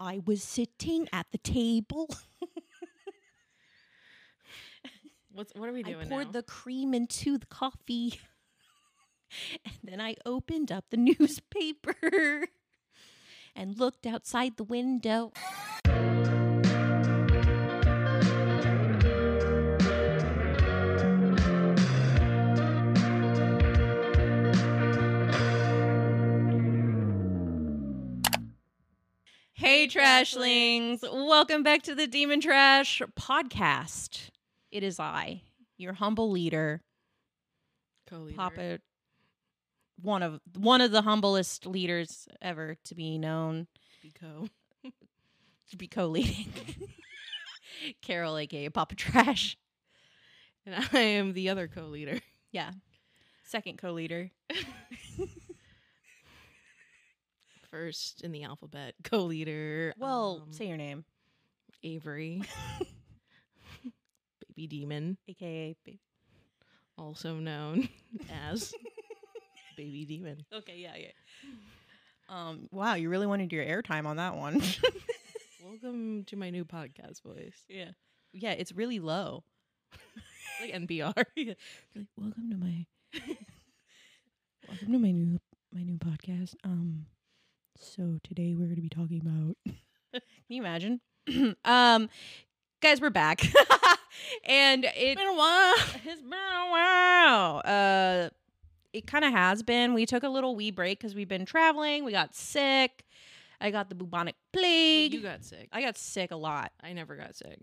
I was sitting at the table. What's what are we I doing? poured now? the cream into the coffee. and then I opened up the newspaper and looked outside the window. Hey Trashlings! Welcome back to the Demon Trash. Podcast. It is I, your humble leader, Co-leader. Papa one of one of the humblest leaders ever to be known Be Co. to be co-leading. Carol aka Papa Trash. And I am the other co-leader. Yeah. Second co-leader. First in the alphabet, co-leader. Well, um, say your name. Avery. Baby Demon, AKA baby. also known as Baby Demon. Okay, yeah, yeah. Um, wow, you really wanted your airtime on that one. Welcome to my new podcast voice. yeah. Yeah, it's really low. Like NPR. Like, welcome to my Welcome to my new my new podcast. Um so today we're gonna be talking about Can you imagine? um guys, we're back. and it Been a while. It's been a while. Uh, it kind of has been. We took a little wee break because we've been traveling. We got sick. I got the bubonic plague. You got sick. I got sick a lot. I never got sick.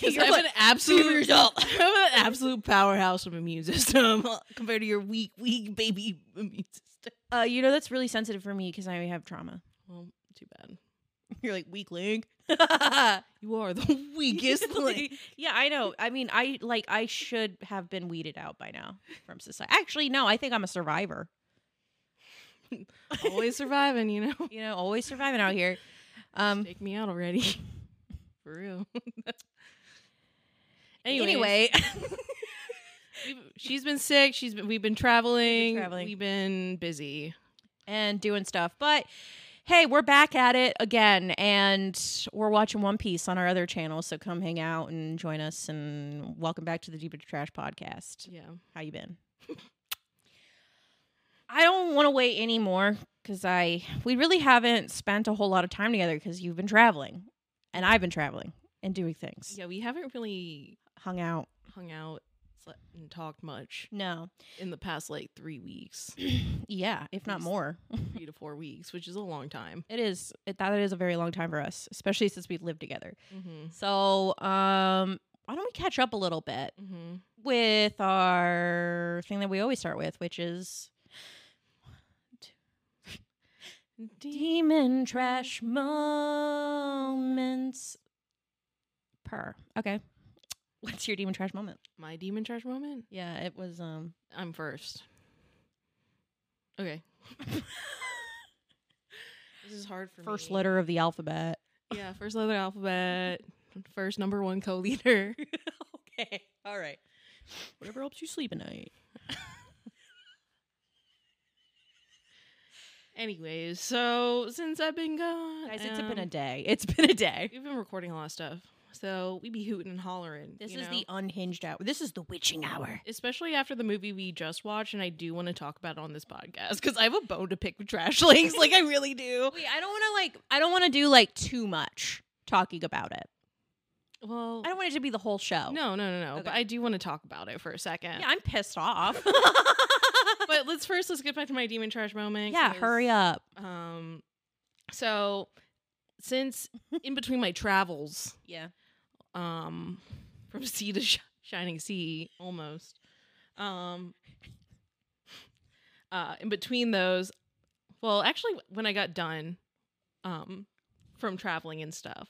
'Cause You're I'm like, an absolute result. I'm an absolute powerhouse of immune system compared to your weak, weak baby immune system. Uh, you know that's really sensitive for me because I have trauma. Well, too bad. You're like weak link. yeah, You are the weakest link. I know. I mean, I like I should have been weeded out by now from society. Actually, no. I think I'm a survivor. Always surviving, you know. You know, always surviving out here. Um. Take me out already. For real. Anyways, Anyway, we've- she's been sick. She's been, we've been traveling. traveling. We've been busy. and doing stuff. But hey, we're back at it again, and we're watching One Piece on our other channel. So come hang out and join us. And welcome back to the Deep Into Trash podcast. Yeah. How you been? I don't want to wait anymore because I we really haven't spent a whole lot of time together because you've been traveling, and I've been traveling and doing things. Yeah. We haven't really Hung out. hung out slept, and talked much No. in the past like three weeks, Yeah, if not Yes. more. three to four weeks, which is a long time. It is it, that is a very long time for us, especially since we lived together. Mm-hmm. So, um, why don't we catch up a little bit Mm-hmm. with our thing that we always start with, which is demon trash moments per. Okay. What's your demon trash moment? My demon trash moment. Yeah, it was um I'm first. Okay. this is hard for first me. letter of the alphabet. Yeah, first letter alphabet. First number one co-leader. okay. All right. Whatever helps you sleep at night. Anyways, so since I've been gone, Guys, it's been a um, day. It's been a day. we've been recording a lot of stuff, so we be hooting and hollering. This you is know? the unhinged hour. This is the witching hour. especially after the movie we just watched, and I do want to talk about it on this podcast because I have a bone to pick with Trashlings. like I really do. Wait, I don't want to like. I don't want to do like too much talking about it. Well, I don't want it to be the whole show. no, no, no, no. But Oh. Okay. I do want to talk about it for a second. yeah, I'm pissed off. but let's first let's get back to my demon trash moment. yeah, 'cause, hurry up. Um, so since in between my travels, Yeah, um, from sea to sh- shining sea, almost, um, uh, in between those, well, actually, when I got done, um, from traveling and stuff,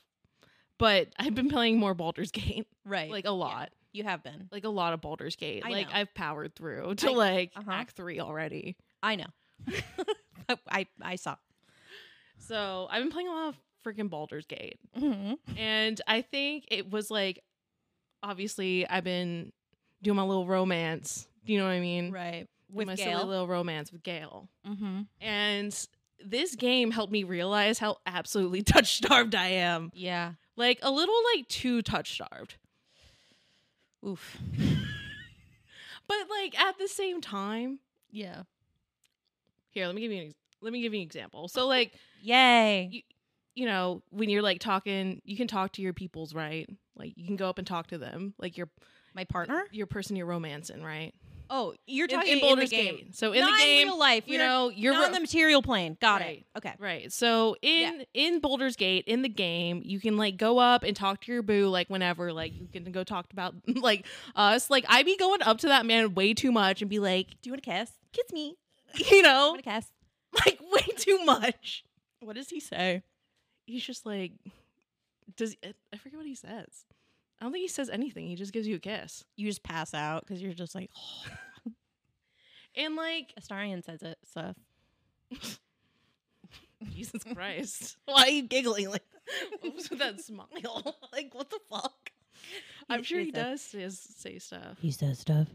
but I've been playing more Baldur's Gate, right. like a lot, you have been. like a lot of Baldur's Gate. I like know. I've powered through to I- like uh-huh. Act Three already. I know. I, I I saw. So I've been playing a lot of freaking Baldur's Gate. Mhm. And I think it was like, obviously, I've been doing my little romance. Do you know what I mean? Right. with my silly Gale. little romance with Gail. Mm-hmm. And this game helped me realize how absolutely touch starved I am. Yeah. Like a little like too touch starved. Oof. But like at the same time, Yeah. here, let me give you an ex- let me give you an example. So like, Yay. You- you know, when you're like talking, you can talk to your peoples, right? Like you can go up and talk to them, like your My partner. your person you're romancing, right? Oh, Mm-hmm. you're In- talking in in, Baldur's the game. Gate. So in not the in game, real life. you know, you're not on ro- the material plane. Got Right. it. Okay. Right. So in in Boulder's Gate, in the game, you can like go up and talk to your boo like whenever, like you can go talk about like us. Like I be going up to that man way too much and be like, Do you want to kiss? Kiss me. you I know, want to kiss. like way too much. What does he say? He's just like, does I forget what he says? I don't think he says anything. He just gives you a kiss. You just pass out because you're just like, And like, Astarian says it. So Jesus Christ, why are you giggling like what was with that smile? like what the fuck? I'm sure he He says- does say, say stuff. he says stuff.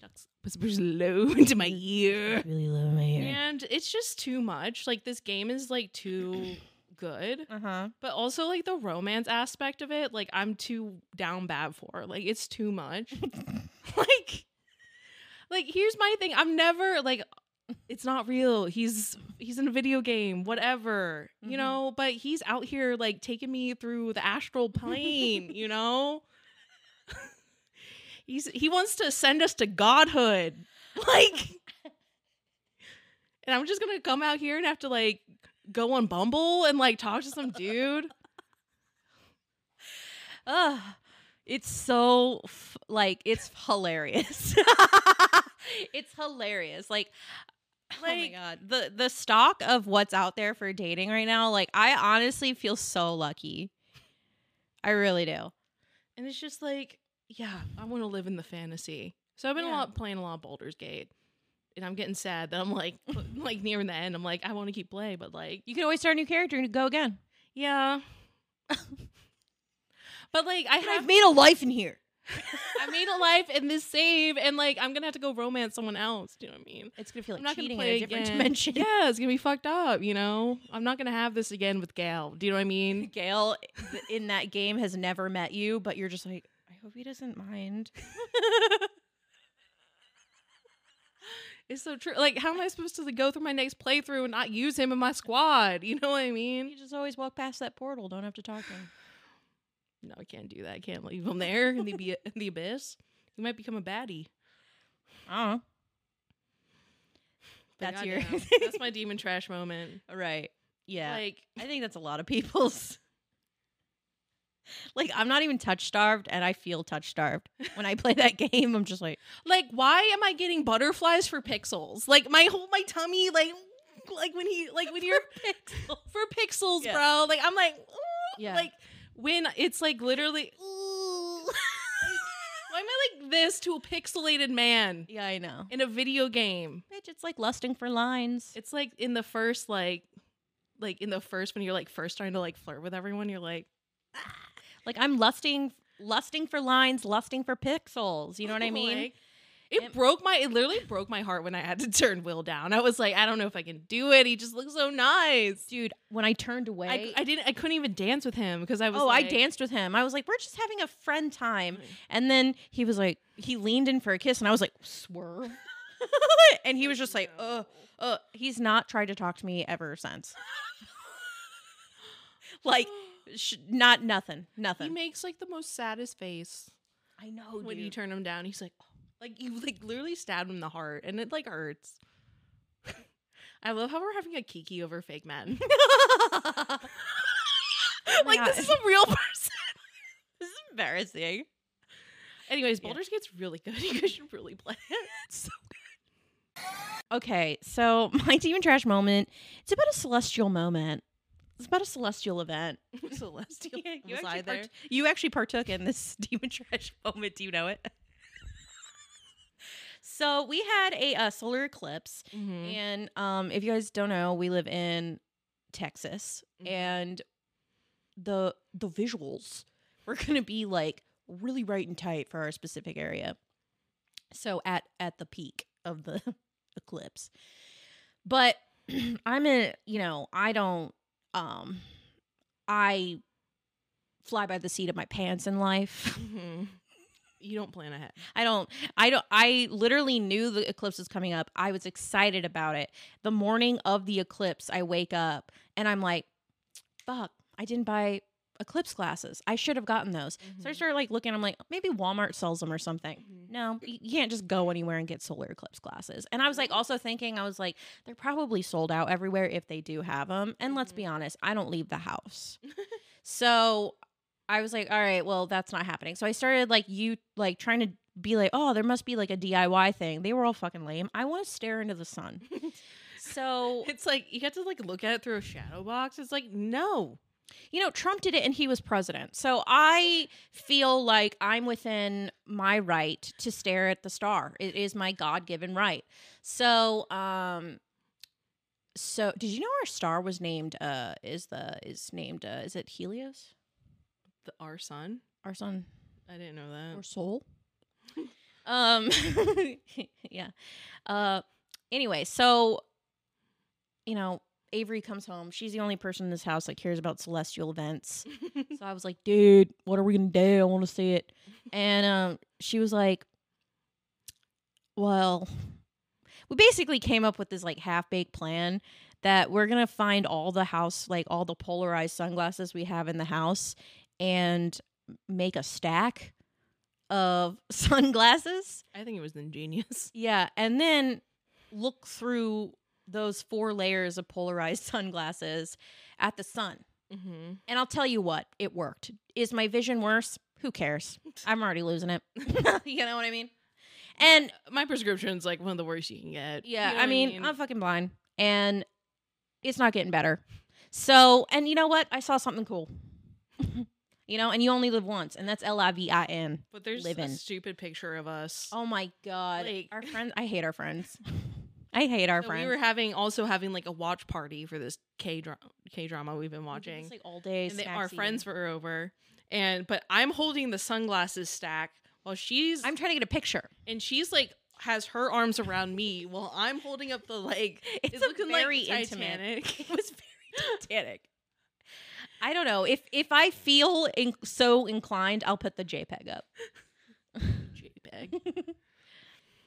ducks whispers low into my ear. really low in my And it's just too much. Like this game is like too good, Uh huh. but also like the romance aspect of it, like I'm too down bad for. Like it's too much. like like here's my thing. I'm never like it's not real. He's he's in a video game, whatever. You Mhm. know, but he's out here like taking me through the astral plane, you know? he's he wants to send us to godhood. Like and I'm just gonna come out here and have to like go on Bumble and like talk to some dude. Ugh. It's so f- like it's hilarious. it's hilarious. Like, oh my Like- god, the the stock of what's out there for dating right now. Like, I honestly feel so lucky. I really do. And it's just like, yeah, I want to live in the fantasy. So I've been a Yeah. lot playing a lot of Baldur's Gate. And I'm getting sad that I'm like like nearing the end. I'm like, I want to keep playing, but like You can always start a new character and go again. yeah. but like I have made a life in here. I made a life in this save and like I'm gonna have to go romance someone else. Do you know what I mean? It's gonna feel I'm not like gonna cheating in play a different again. dimension. Yeah, it's gonna be fucked up, you know? I'm not gonna have this again with Gail. Do you know what I mean? Gail th- in that game has never met you, but you're just like, I hope he doesn't mind. It's so true. Like, how am I supposed to go through my next playthrough and not use him in my squad? You know what I You mean? just always walk past that portal. Don't have to talk to him. No, I can't do that. I can't leave him there in the, abi- in the abyss. He might become a baddie. I don't know. But That's goddamn, your- that's my demon trash moment. Right. Yeah. Like, I think that's a lot of people's. Like I'm not even touch starved, and I feel touch starved when I play that game. I'm just like, like why am I getting butterflies for pixels? Like my whole my tummy, like like when he like when you're for pixels, Yeah. bro. Like I'm like, ooh, Yeah. like when it's like literally, ooh. why am I like this to a pixelated man yeah, I know, in a video game? bitch. It's like lusting for lines. It's like in the first like, like in the first when you're like first trying to like flirt with everyone, you're like, Like I'm lusting, lusting for lines, lusting for pixels. You know what I mean? Like, it, It- broke my it literally broke my heart when I had to turn Will down. I was like, I don't know if I can do it. He just looks so nice. Dude, when I turned away, I, I didn't I couldn't even dance with him because I was oh, I like- danced with him. I was like, we're just having a friend time. And then he was like, he leaned in for a kiss, and I was like, swerve. and he was just like, uh, uh. He's not tried to talk to me ever since. like, sh- not nothing, He nothing. makes like the most saddest face I know, when you Oh, dude. turn him down. He's like, oh. like you like literally stabbed him in the heart, and it like hurts. I love how we're having a kiki over fake men. like God. this is a real person. this is embarrassing. Anyways, Yeah. Baldur's Gate's really good. You guys should really play it. So Okay, so my demon trash moment. It's about a celestial moment. It's about a celestial event. celestial. Yeah, you, Was actually I there? part- you actually partook in this demon trash moment. Do you know it? so we had a uh, solar eclipse, Mhm. and um, if you guys don't know, we live in Texas, Mhm. and the the visuals were going to be like really right and tight for our specific area. So at at the peak of the eclipse. But I'm in, you know, I don't um I fly by the seat of my pants in life. Mhm. You don't plan ahead. I don't I don't I literally knew the eclipse was coming up. I was excited about it. The morning of the eclipse, I wake up and I'm like, fuck, I didn't buy eclipse glasses. I should have gotten those. So I Mhm. started like looking, I'm like, maybe Walmart sells them or something. Mhm. No, y- you can't just go anywhere and get solar eclipse glasses. And I was like, also thinking, I was like, they're probably sold out everywhere if they do have them. And let's Mhm. be honest, I don't leave the house. so I was like, all right, well, that's not happening. So I started like, you like trying to be like, oh, there must be like a DIY thing. They were all fucking lame. I want to stare into the sun. So, It's like you have to like look at it through a shadow box. It's like no. you know, Trump did it and he was president. So I feel like I'm within my right to stare at the star. It is my God given right. So, um, so did you know our star was named uh is the is named uh is it Helios? The, our son. Our sun I didn't know that. or soul? um yeah. Uh anyway, so you know, Avery comes home. She's the only person in this house that cares about celestial events. So I was like, dude, what are we gonna do? I want to see it. And um, she was like, well, we basically came up with this like half baked plan that we're gonna find all the house, like all the polarized sunglasses we have in the house, and make a stack of sunglasses. I think it was ingenious. Yeah, and then look through those four layers of polarized sunglasses at the sun. Mm-hmm. And I'll tell you what, it worked. Is my vision worse? Who cares? I'm already losing it. you know what I mean? And Uh, My prescription's like one of the worst you can get. yeah, You know I what mean, I'm fucking blind and it's not getting better. So, and you know what? I saw something cool. you know, and you only live once, and that's L I V I N. but there's a living. stupid picture of us. Oh my God. Like- our friends, I hate our friends. I hate our So friends. we were having also having like a watch party for this K drama K drama we've been We did watching. this, like all day. and they, snack our eating. friends were over and but I'm holding the sunglasses stack while she's I'm trying to get a picture. and she's like has her arms around me while I'm holding up the like It's, it's, a looking very like intimate. Titanic. It was very Titanic. I don't know if if I feel in, so inclined, I'll put the JPEG up. JPEG.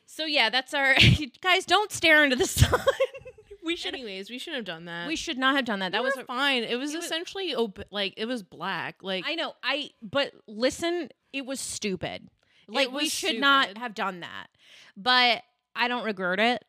So yeah, that's our guys. Don't stare into the sun. We should anyways, we shouldn't have done that. we should not have done that. That was. a- fine. It was it was- essentially open like it was black. Like I know. I but listen, it was stupid. Like we was should not stupid. have done that. But I don't regret it.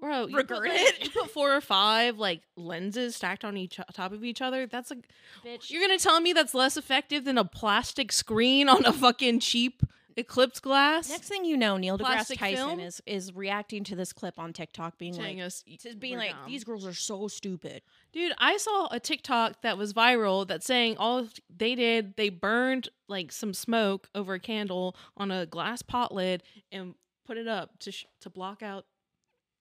Bro, you put, Regret like- it. you put four or five like lenses stacked on each top of each other. That's like Bitch, you're gonna tell me that's less effective than a plastic screen on a fucking cheap eclipse glass. next thing you know, Neil deGrasse Plastic Tyson film? is is reacting to this clip on TikTok, being Telling like, us to being we're like, dumb. these girls are so stupid. dude. I saw a TikTok that was viral that saying all they did they burned like some smoke over a candle on a glass pot lid and put it up to sh- to block out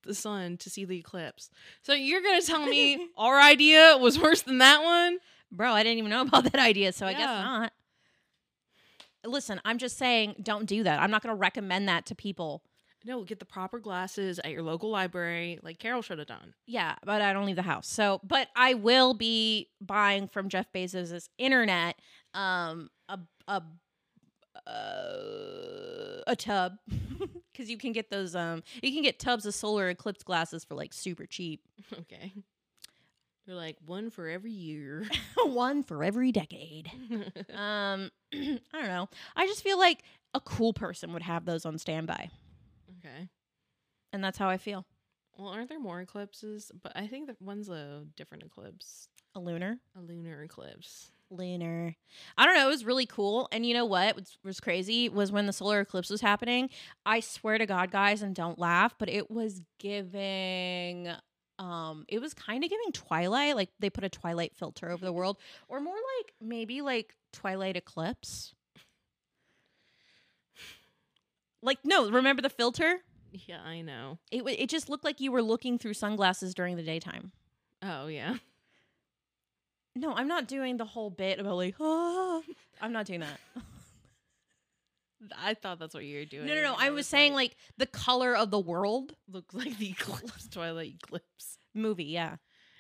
the sun to see the eclipse. So you're gonna tell me our idea was worse than that one? Bro, I didn't even know about that idea, so I guess Yeah. not. Listen, I'm just saying, don't do that. I'm not going to recommend that to people. No, get the proper glasses at your local library, like Carol should have done. Yeah, but I don't leave the house. So, but I will be buying from Jeff Bezos' internet um a a uh, a tub cuz you can get those um you can get tubs of solar eclipse glasses for like super cheap. Okay. You're like one for every year. One for every decade. Um I don't know. I just feel like a cool person would have those on standby. okay. and that's how I feel. Well, aren't there more eclipses? But I think that one's a different eclipse, A lunar, a lunar eclipse. lunar. I don't know. It was really cool, and you know what was, was crazy was when the solar eclipse was happening. I swear to God, guys, and don't laugh, but it was giving. Um, it was kind of giving Twilight, like they put a Twilight filter over the world, or more like maybe like Twilight eclipse. Like no, remember the filter? Yeah, I know. It wa- it just looked like you were looking through sunglasses during the daytime. Oh yeah. No, I'm not doing the whole bit about like, ah. I'm not doing that. I thought that's what you were doing. No, no, no. and I was saying like the color of the world look like the eclipse, Twilight eclipse. movie. Yeah,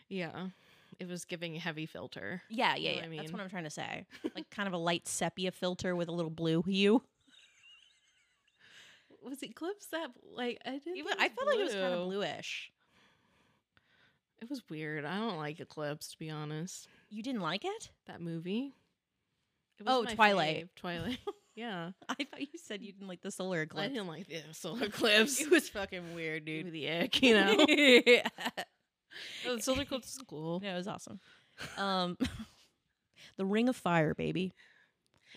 Yeah, it was giving heavy filter. yeah, You yeah. know yeah. what I That's mean? what I'm trying to say. Like kind of a light sepia filter with a little blue hue. Was eclipse that like I didn't? Even, think I felt like it was kind of blue. bluish. It was weird. I don't like eclipse to be honest. You didn't like it? That movie. It Oh, my Twilight. fave, Twilight. Yeah, I thought you said you didn't like the solar I eclipse. didn't like the solar eclipse. It was fucking weird, Give me dude. the ick, you know. Oh, the solar eclipse is cool. No, it was awesome. Um, the Ring of Fire, baby.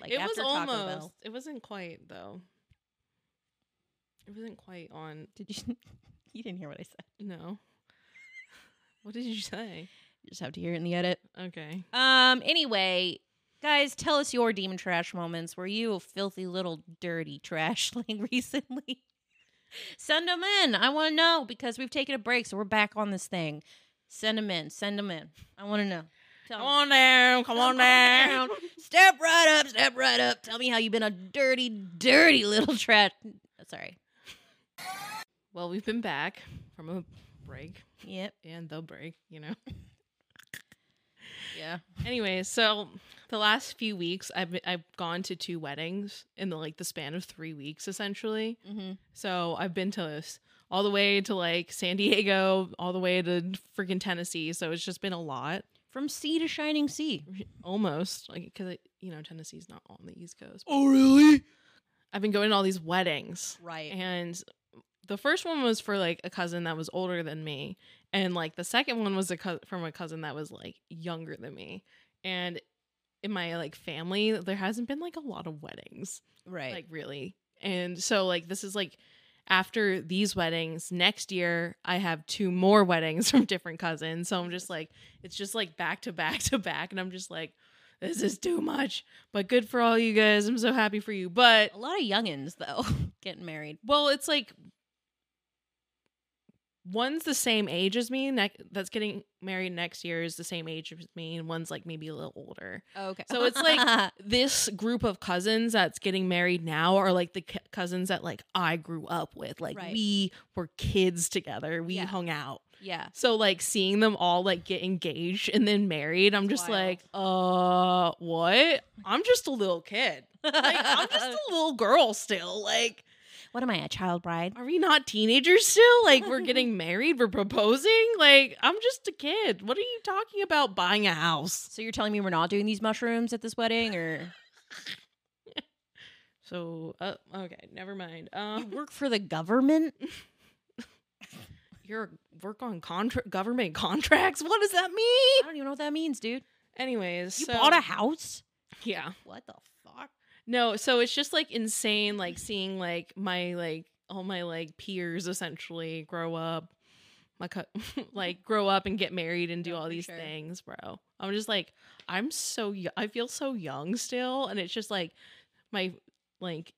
Like it after was Taco almost. Bell. It wasn't quite though. It wasn't quite on. Did you? you didn't hear what I said. No. what did you say? You just have to hear it in the edit. Okay. Um. Anyway, guys, tell us your demon trash moments. Were you a filthy little dirty trashling recently? Send them in. I want to know because we've taken a break, so we're back on this thing. Send them in. Send them in. I want to know. Tell Come me. on down. Come on Come on down. Step right up. Step right up. Tell me how you've been a dirty, dirty little trash. Sorry. Well, we've been back from a break Yep. and the break, you know. Yeah. anyway, so the last few weeks I've been, I've gone to two weddings in the like the span of 3 weeks essentially. Mm-hmm. So, I've been to s- all the way to like San Diego, all the way to freaking Tennessee. So, it's just been a lot. From sea to shining sea. almost like because you know tennessee's not on the east coast Oh, really? i've been going to all these weddings Right. and the first one was for like a cousin that was older than me and like the second one was a cou- from a cousin that was like younger than me and in my like family there hasn't been like a lot of weddings right. like really and so like this is like after these weddings next year i have two more weddings from different cousins so i'm just like it's just like back to back to back and i'm just like this is too much but good for all you guys i'm so happy for you but a lot of youngins though getting married. well it's like one's the same age as me ne- that's getting married next year is the same age as me and one's like maybe a little older Okay. So it's like- this group of cousins that's getting married now are like the c- cousins that like I grew up with. Like Right. we were kids together. We Yeah. hung out. yeah. So like seeing them all like get engaged and then married, I'm just Wild. like, uh, what? I'm just a little kid. Like I'm just a little girl still. Like, what am I, a child bride? are we not teenagers still? Like we're getting married, we're proposing. Like I'm just a kid. What are you talking about buying a house? So you're telling me we're not doing these mushrooms at this wedding or So uh, okay, never mind. you Um, work for the government? your work on contra- government contracts. What does that mean? I don't even know what that means, dude. Anyways, You so- bought a house? yeah. What the fuck? No, so it's just like insane, like seeing like my like all my like peers essentially grow up, my co- like grow up and get married and do No, all for these sure. things, bro. I'm just like I'm so yo- I feel so young still, and it's just like my like.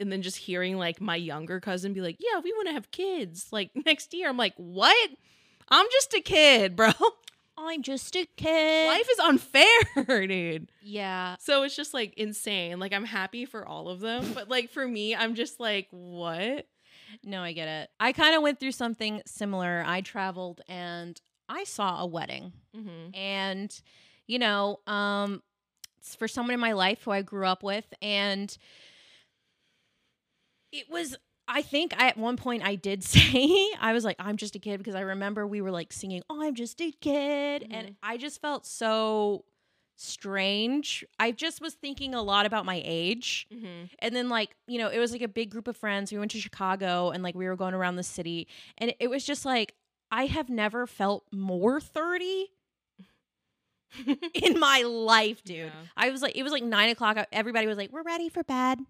And then just hearing like my younger cousin be like, "Yeah, we want to have kids like next year." I'm like, "What? I'm just a kid, bro. I'm just a kid. Life is unfair, dude." Yeah. So it's just like insane. Like I'm happy for all of them, but like for me, I'm just like, what? No, I get it. I kind of went through something similar. I traveled and I saw a wedding. Mm-hmm. and you know um it's for someone in my life who i grew up with and it was i think I, at one point i did say i was like i'm just a kid because i remember we were like singing oh, i'm just a kid and i just felt so strange i just was thinking a lot about my age Mm-hmm. and then like you know it was like a big group of friends we went to chicago and like we were going around the city and it was just like i have never felt more 30 in my life, dude. Yeah. I was like, it was like nine o'clock. Everybody was like, we're ready for bed.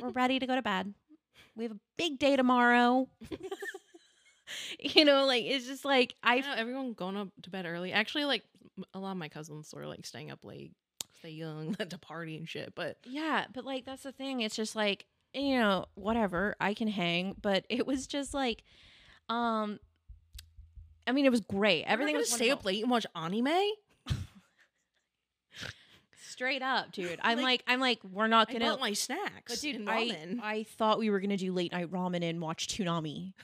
We're ready to go to bed. We have a big day tomorrow. you know, like it's just like I I. know everyone going up to bed early. Actually, like m- a lot of my cousins were like staying up late, stay young, to party and shit. But Yeah, but like that's the thing. It's just like you know, whatever. I can hang, but it was just like, um. I mean, it was great. Everything was stay up wonderful. late and watch anime. Straight up, dude. I'm like, Like, I'm like, we're not I gonna. bought my snacks. but dude, and I, ramen. I thought we were gonna do late night ramen and watch Toonami,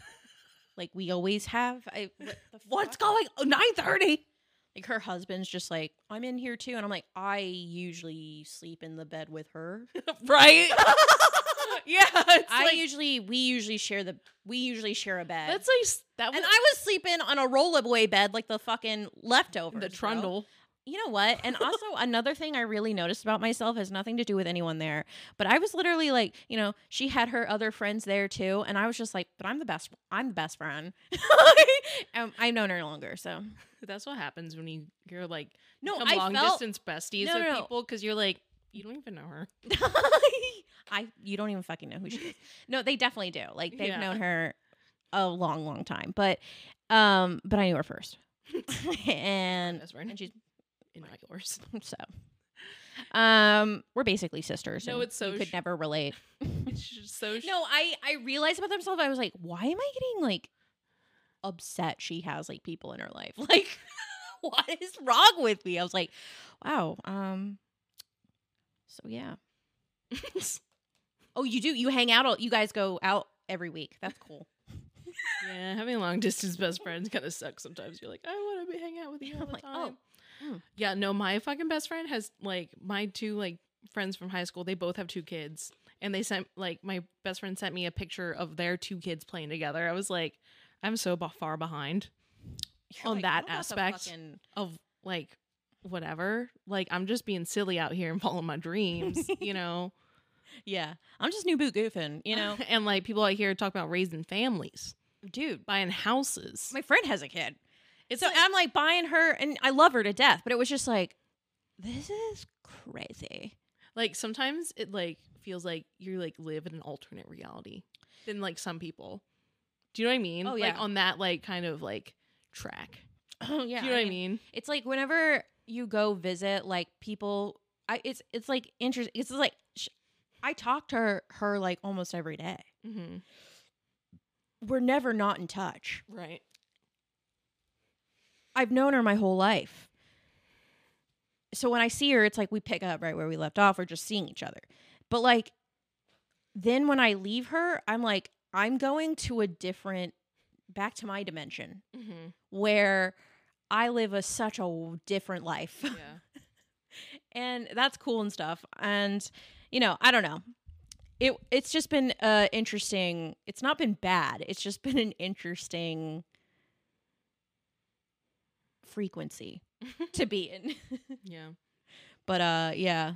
like we always have. I what the What's fuck? going? Nine thirty. Like her husband's just like, I'm in here too, and I'm like, I usually sleep in the bed with her. Right? yeah. It's I like, usually, we usually share the, we usually share a bed. that's like s- that and was I was sleeping on a rollaway bed like the fucking leftovers. the bro. trundle. You know what? And also another thing I really noticed about myself has nothing to do with anyone there, but I was literally like, you know, she had her other friends there too, and I was just like, but I'm the best. I'm the best friend. um, I've known her longer, so That's what happens when you you're like no, become I long felt. distance besties No, of no, no. people because you're like you don't even know her. I you don't even fucking know who she is. No, they definitely do. Like they've Yeah. known her a long, long time, but um, but I knew her first, and That's right. and she's And not yours. so um we're basically sisters No, and it's so you could sh- never relate It's just so sh- no i i realized about myself i was like why am i getting like upset she has like people in her life like what is wrong with me i was like wow um so yeah oh you do you hang out all you guys go out every week that's cool yeah, having long distance best friends kind of sucks sometimes. You're like, I want to be hang out with you all I'm the like, oh, time. hmm. Yeah, no, my fucking best friend has like my two like friends from high school. They both have two kids, and they sent like my best friend sent me a picture of their two kids playing together. I was like, I'm so b- far behind You're On that what about the aspect. fucking- of like whatever. Like I'm just being silly out here and following my dreams, you know. yeah i'm just new boot goofing you know and like people out here talk about raising families, dude buying houses. my friend has a kid. It's so like- I'm like buying her, and I love her to death, but it was just like, this is crazy. like sometimes it like feels like you like live in an alternate reality than like some people do you know what i mean Oh, like yeah. on that like kind of like track Oh yeah, do you know what i mean It's like whenever you go visit, like people, I it's it's like interesting. It's just, like sh- I talk to her, her like almost every day. mm-hmm. We're never not in touch. right I've known her my whole life. So when I see her, it's like we pick up right where we left off. We're just seeing each other. But like, then when I leave her, I'm like, I'm going to a different, back to my dimension mm-hmm. where I live a such a w- different life. yeah and that's cool and stuff. And, you know, I don't know. It, it's just been uh interesting it's not been bad it's just been an interesting frequency to be in yeah But uh yeah.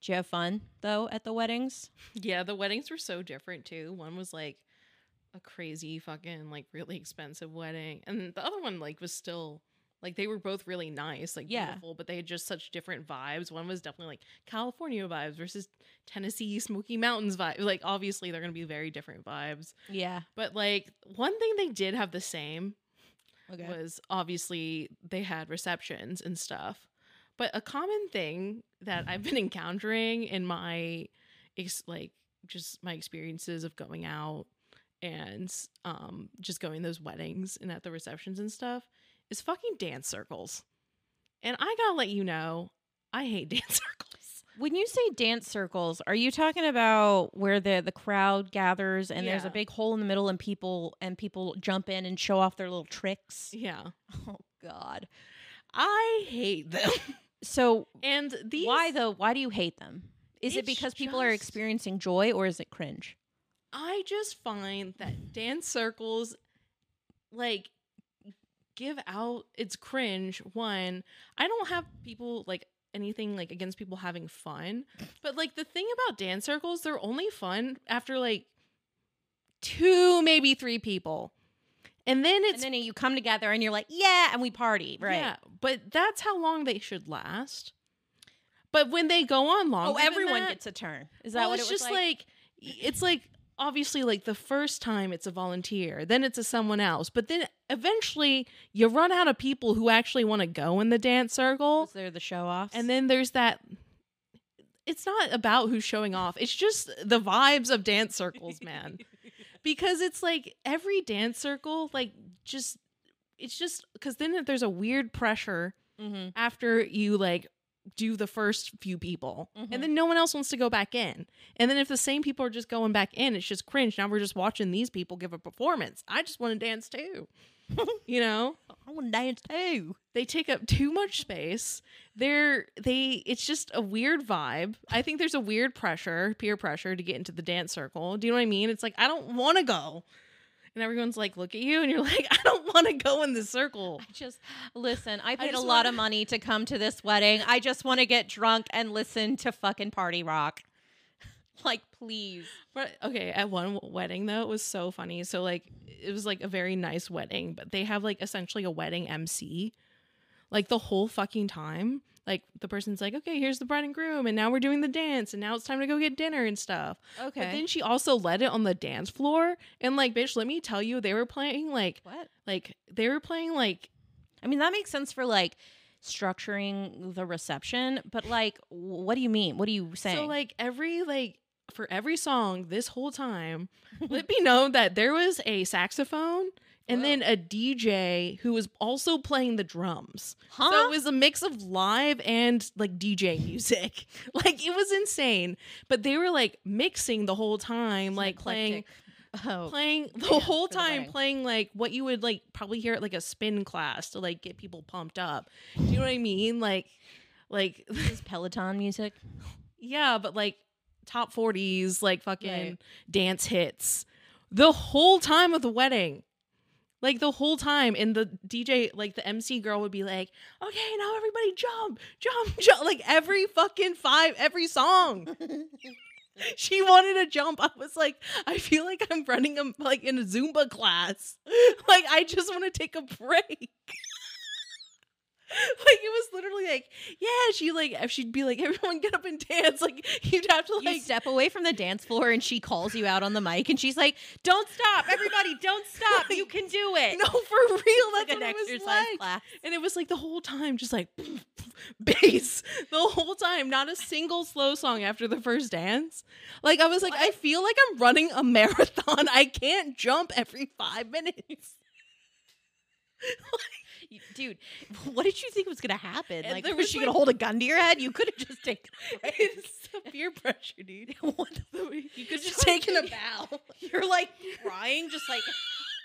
Did you have fun though at the weddings? yeah the weddings were so different too one was like a crazy fucking like really expensive wedding and the other one like was still like they were both really nice like Yeah. beautiful but they had just such different vibes one was definitely like california vibes versus tennessee smoky mountains vibe like obviously they're gonna be very different vibes Yeah. but like one thing they did have the same Okay. was obviously they had receptions and stuff. But a common thing that I've been encountering in my ex- like just my experiences of going out and um just going to those weddings and at the receptions and stuff is fucking dance circles. And I got to let you know, I hate dance circles. When you say dance circles, are you talking about where the the crowd gathers and there's a Yeah. big hole in the middle and people and people jump in and show off their little tricks? Yeah. Oh god. I hate them. So And these why though? Why do you hate them? Is it It's because people are just- experiencing joy or is it cringe? I just find that dance circles like give out it's cringe one. I don't have people like anything like against people having fun, but like the thing about dance circles, they're only fun after like two maybe three people. And then it's and then you come together and you're like, yeah, and we party, right? yeah, but that's how long they should last. But when they go on long, Oh, everyone gets a turn. Is that well, what it's it was just like? it's like obviously like the first time it's a volunteer, then it's a someone else, but then eventually you run out of people who actually want to go in the dance circle, Was there the show offs? and then there's that. It's not about who's showing off. It's just the vibes of dance circles, man. because it's like every dance circle, like just it's just because then there's a weird pressure mm-hmm. after you like do the first few people Mhm. and then no one else wants to go back in and then if the same people are just going back in it's just cringe now we're just watching these people give a performance i just want to dance too you know I want to dance too. they take up too much space they're they it's just a weird vibe i think there's a weird pressure peer pressure to get into the dance circle do you know what i mean it's like i don't want to go and everyone's like look at you and you're like i don't want to go in this circle I just listen. I paid a just lot wanna- of money to come to this wedding. I just want to get drunk and listen to fucking party rock. like, please. But okay, at one w- wedding though, it was so funny. So like it was like a very nice wedding, but they have like essentially a wedding MC. Like the whole fucking time. Like the person's like, "Okay, here's the bride and groom, and now we're doing the dance, and now it's time to go get dinner and stuff." Okay. But then she also led it on the dance floor, and like, bitch, let me tell you, they were playing like what? like they were playing like I mean, that makes sense for like structuring the reception, but like, w- what do you mean? What are you saying? so like every like for every song this whole time. let me know that there was a saxophone and Whoa. then a DJ who was also playing the drums. huh? So it was a mix of live and like DJ music. like it was insane. But they were like mixing the whole time, It's an like playing eclectic- Oh, playing the band whole for the time wedding. playing like what you would like probably hear at like a spin class to like get people pumped up. Do you know what I mean? Like like this is Peloton music. yeah, but like top 40s, like fucking Right. dance hits the whole time of the wedding. Like the whole time. And the DJ, like the MC girl would be like, okay, now everybody jump, jump, jump. Like every fucking five, every song. She wanted to jump. I was like, I feel like I'm running a, like in a Zumba class. Like I just want to take a break. like it was literally like, yeah, she like if she'd be like, everyone get up and dance. Like you'd have to you like step away from the dance floor and she calls you out on the mic and she's like, "Don't stop, everybody! Don't stop! You can do it!" no for real. That's like an what it was exercise like. class. And it was like the whole time, just like bass the whole time. Not a single slow song after the first dance. Like I was like, I feel like I'm running a marathon. I can't jump every five minutes. You- Dude, what did you think was gonna happen? And like, there was was, she like- gonna hold a gun to your head? You could have just taken. a break. It's the peer pressure, dude. What the- You could just just taken a bow. You're like crying, just like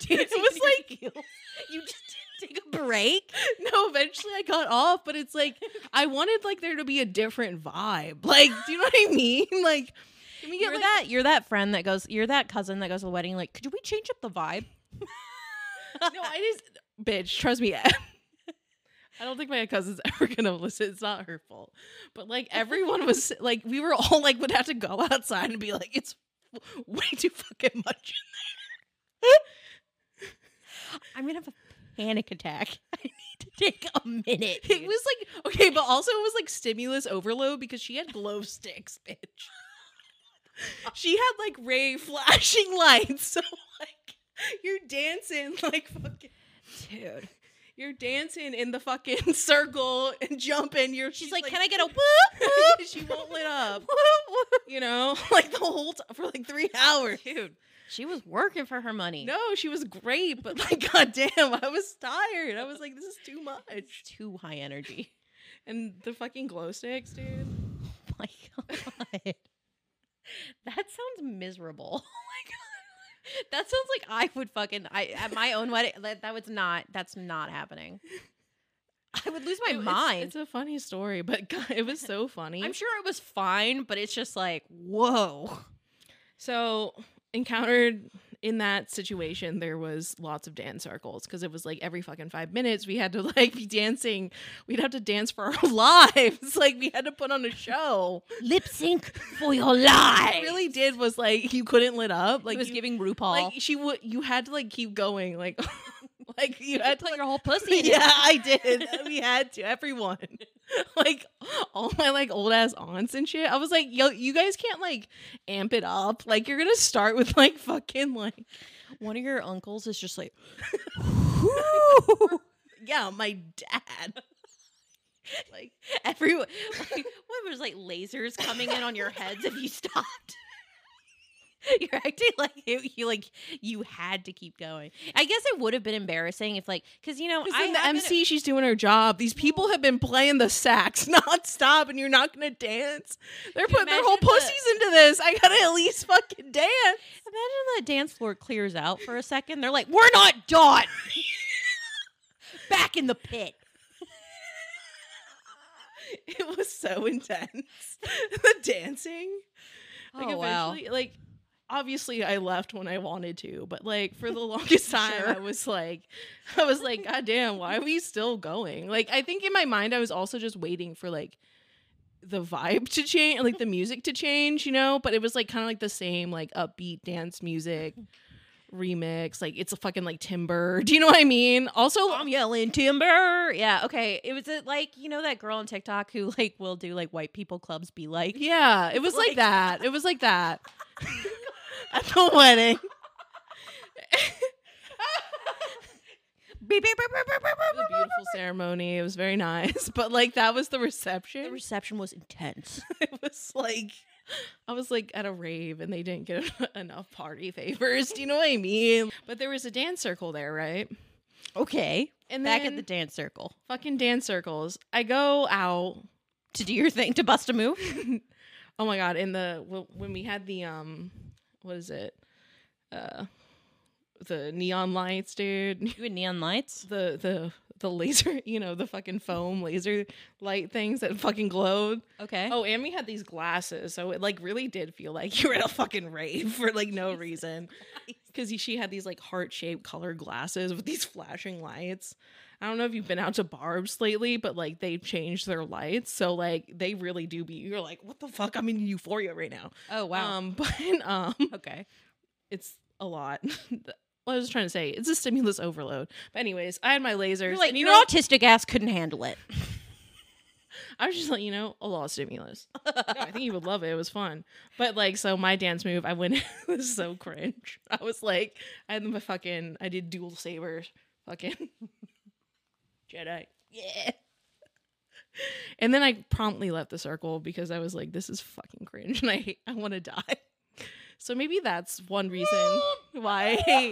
It was like you just didn't take a break. no. Eventually, I got off, but it's like I wanted like there to be a different vibe. Like, do you know what I mean? Like, can we get You're like, that. You're that friend that goes. You're that cousin that goes to the wedding. Like, could we change up the vibe? no, I just bitch. Trust me. I don't think my cousin's ever gonna listen. It's not her fault. But like everyone was like, we were all like, would have to go outside and be like, it's way too fucking much. I'm gonna have a panic attack. I need to take a minute. It was like okay, but also it was like stimulus overload because she had glow sticks, bitch. She had like ray flashing lights, so like you're dancing like fucking. dude. You're dancing in the fucking circle and jumping. You're She's like, can I get a whoop whoop? I? she won't lit up. whoop, whoop? you know, like the whole time for like three hours. Dude. She was working for her money. No, she was great, but like, goddamn, I was tired. I was like, this is too it's much. too high energy. And the fucking glow sticks, dude. my god that sounds miserable Oh that sounds like i would fucking i at my own wedding that, that was not that's not happening i would lose my It- it's- mind It's, a funny story, but God, it was so funny. i'm sure it was fine but it's just like whoa So encountered in that situation, there was lots of dance circles because it was like every fucking five minutes we had to like be dancing. We'd have to dance for our lives. Like we had to put on a show. lip sync for your What life it really did was like you couldn't lit up. Like like was you- giving rupaul like she would you had to like keep going like like you had to put like your whole pussy in it. yeah i did we had to everyone like all my like old ass aunts and shit i was like yo you guys can't like amp it up like you're gonna start with like fucking like one of your uncles is just like yeah my dad like everyone like, what was like lasers coming in on your heads if you stopped You're acting like you, you like you had to keep going. I guess it would have been embarrassing if like because you know Because I then the have been- MC, she's doing her job. These people have been playing the sax nonstop, and you're not gonna dance. They're Dude, putting their whole imagine if the- pussies into this. I gotta at least fucking dance. Imagine the dance floor clears out for a second. They're like, "We're not done." Back in the pit. It was so intense. the dancing. Like oh wow. eventually, like obviously I left when I wanted to, but like for the longest time Sure. I was like I was like, God damn, why are we still going? Like I think in my mind I was also just waiting for like the vibe to change, like the music to change, you know, but it was like kind of like the same like upbeat dance music remix. Like it's a fucking like timber. Do you know what I mean? Also Oh, I'm yelling timber. Yeah. Okay. It was uh, like you know that girl on TikTok who like will do like white people clubs be like. Yeah, it was like, Like- that. It was like that. At the wedding. Beep, beep, beep, beep, beep, beep, It was a beautiful ceremony. It was very nice. But like that was the beep. The reception. reception was intense. It was like I was like at a rave and they didn't get enough party favors. Do you know what I mean? But there was a dance circle there, right? Okay. And Back then- at the dance circle Fucking dance circles. I go out. to do your thing to bust a move. oh my god! In the wh- when we had the um, what is it? Uh, the neon lights, dude. You in neon lights. the the the laser, you know, the fucking foam laser light things that fucking glowed. Okay. Oh, and we had these glasses, so it like really did feel like you were at a fucking rave for like no reason. Because she had these like heart shaped colored glasses with these flashing lights. I don't know if you've been out to Barb's lately, but like they've changed their lights, so like they really do be. You're like, what the fuck? I'm in euphoria right now. Oh wow. Um, but um, okay. it's a lot. what I was trying to say, it's a stimulus overload. But anyways, I had my lasers. You're like and you your know, autistic ass couldn't handle it. I was just like, you know, a lot of stimulus. No, I think you would love it. It was fun. But like, so my dance move, I went. it was so cringe. I was like, I had my fucking. I did dual sabers. Fucking Jedi. Yeah. And then I promptly left the circle because I was like, this is fucking cringe, and I hate, I want to die. So maybe that's one reason why I hate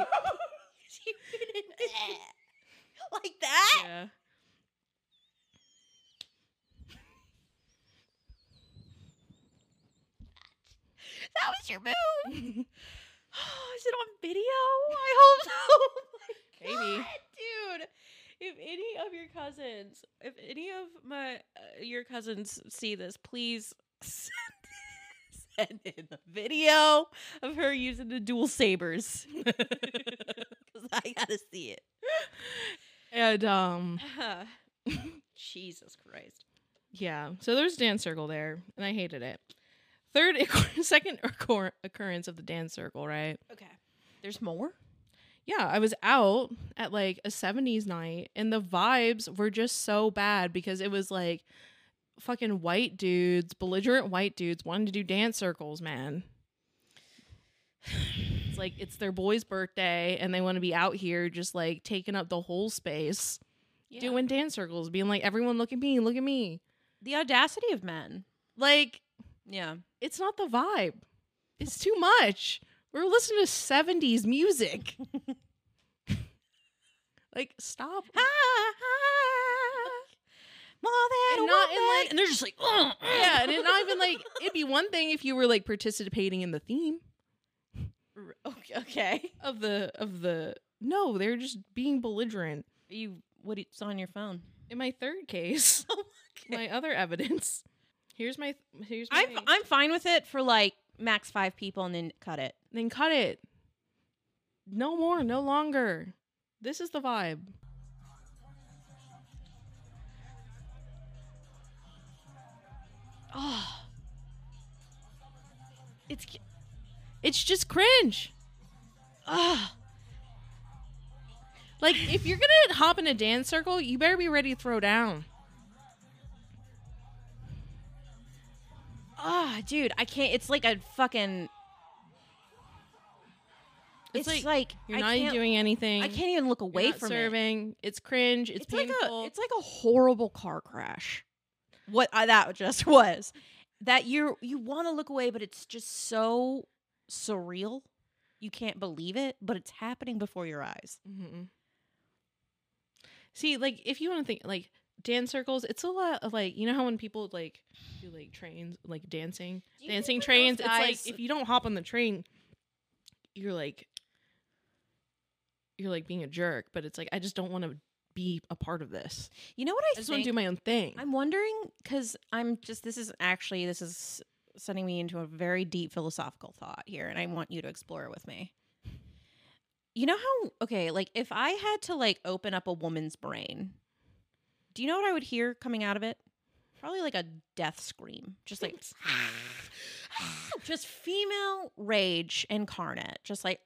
like that? Yeah. That was your move. Oh, is it on video? I hope so. Oh my Maybe. God, dude. If any of your cousins, if any of my uh, your cousins see this, please send, send in a video of her using the dual sabers. Cuz I got to see it. And um Jesus Christ. yeah, so there's dance circle there, and I hated it. Third, occur- second occur- occurrence of the dance circle, right? Okay. There's more? Yeah, I was out at like a 70s night, and the vibes were just so bad because it was like fucking white dudes, belligerent white dudes wanting to do dance circles, man. It's like it's their boy's birthday, and they want to be out here just like taking up the whole space. doing dance circles, being like, everyone, look at me, look at me. the audacity of men. Like, Yeah. it's not the vibe. It's too much. We're listening to 70s music. like, stop. More than And a not in, woman. like- and they're just like, "Ugh, ugh." yeah, and it's not even like, it'd be one thing if you were like participating in the theme okay, okay. of the, of the, no, they're just being belligerent. Are you what? It's on your phone. In my third case, Oh my other evidence, here's my, here's my, I'm thing. I'm fine with it for like max five people and then cut it. then cut it. No more, no longer. This is the vibe. Oh, it's It's just cringe. oh, Like if you're gonna hop in a dance circle, you better be ready to throw down. oh, dude, I can't. It's like a fucking. It's It's, like, like You're I not can't, doing anything. I can't even look You're away not from it. serving. It's cringe. It's, it's like painful. a it's like a horrible car crash. What I, that just was. That you you want to look away, but it's just so surreal. You can't believe it, but it's happening before your eyes. hmm See, like if you want to think like dance circles, it's a lot of like you know how when people like do like trains like dancing, Do you think dancing that those trains. It's guys- like if you don't hop on the train, you're like you're like being a jerk. But it's like I just don't want to be a part of this. You know what I I, just want think? to do my own thing. I'm wondering because I'm just this is actually this is sending me into a very deep philosophical thought here, and I want you to explore it with me. You know how okay, like if I had to like open up a woman's brain, do you know what I would hear coming out of it? Probably like a death scream, just like just female rage incarnate, just like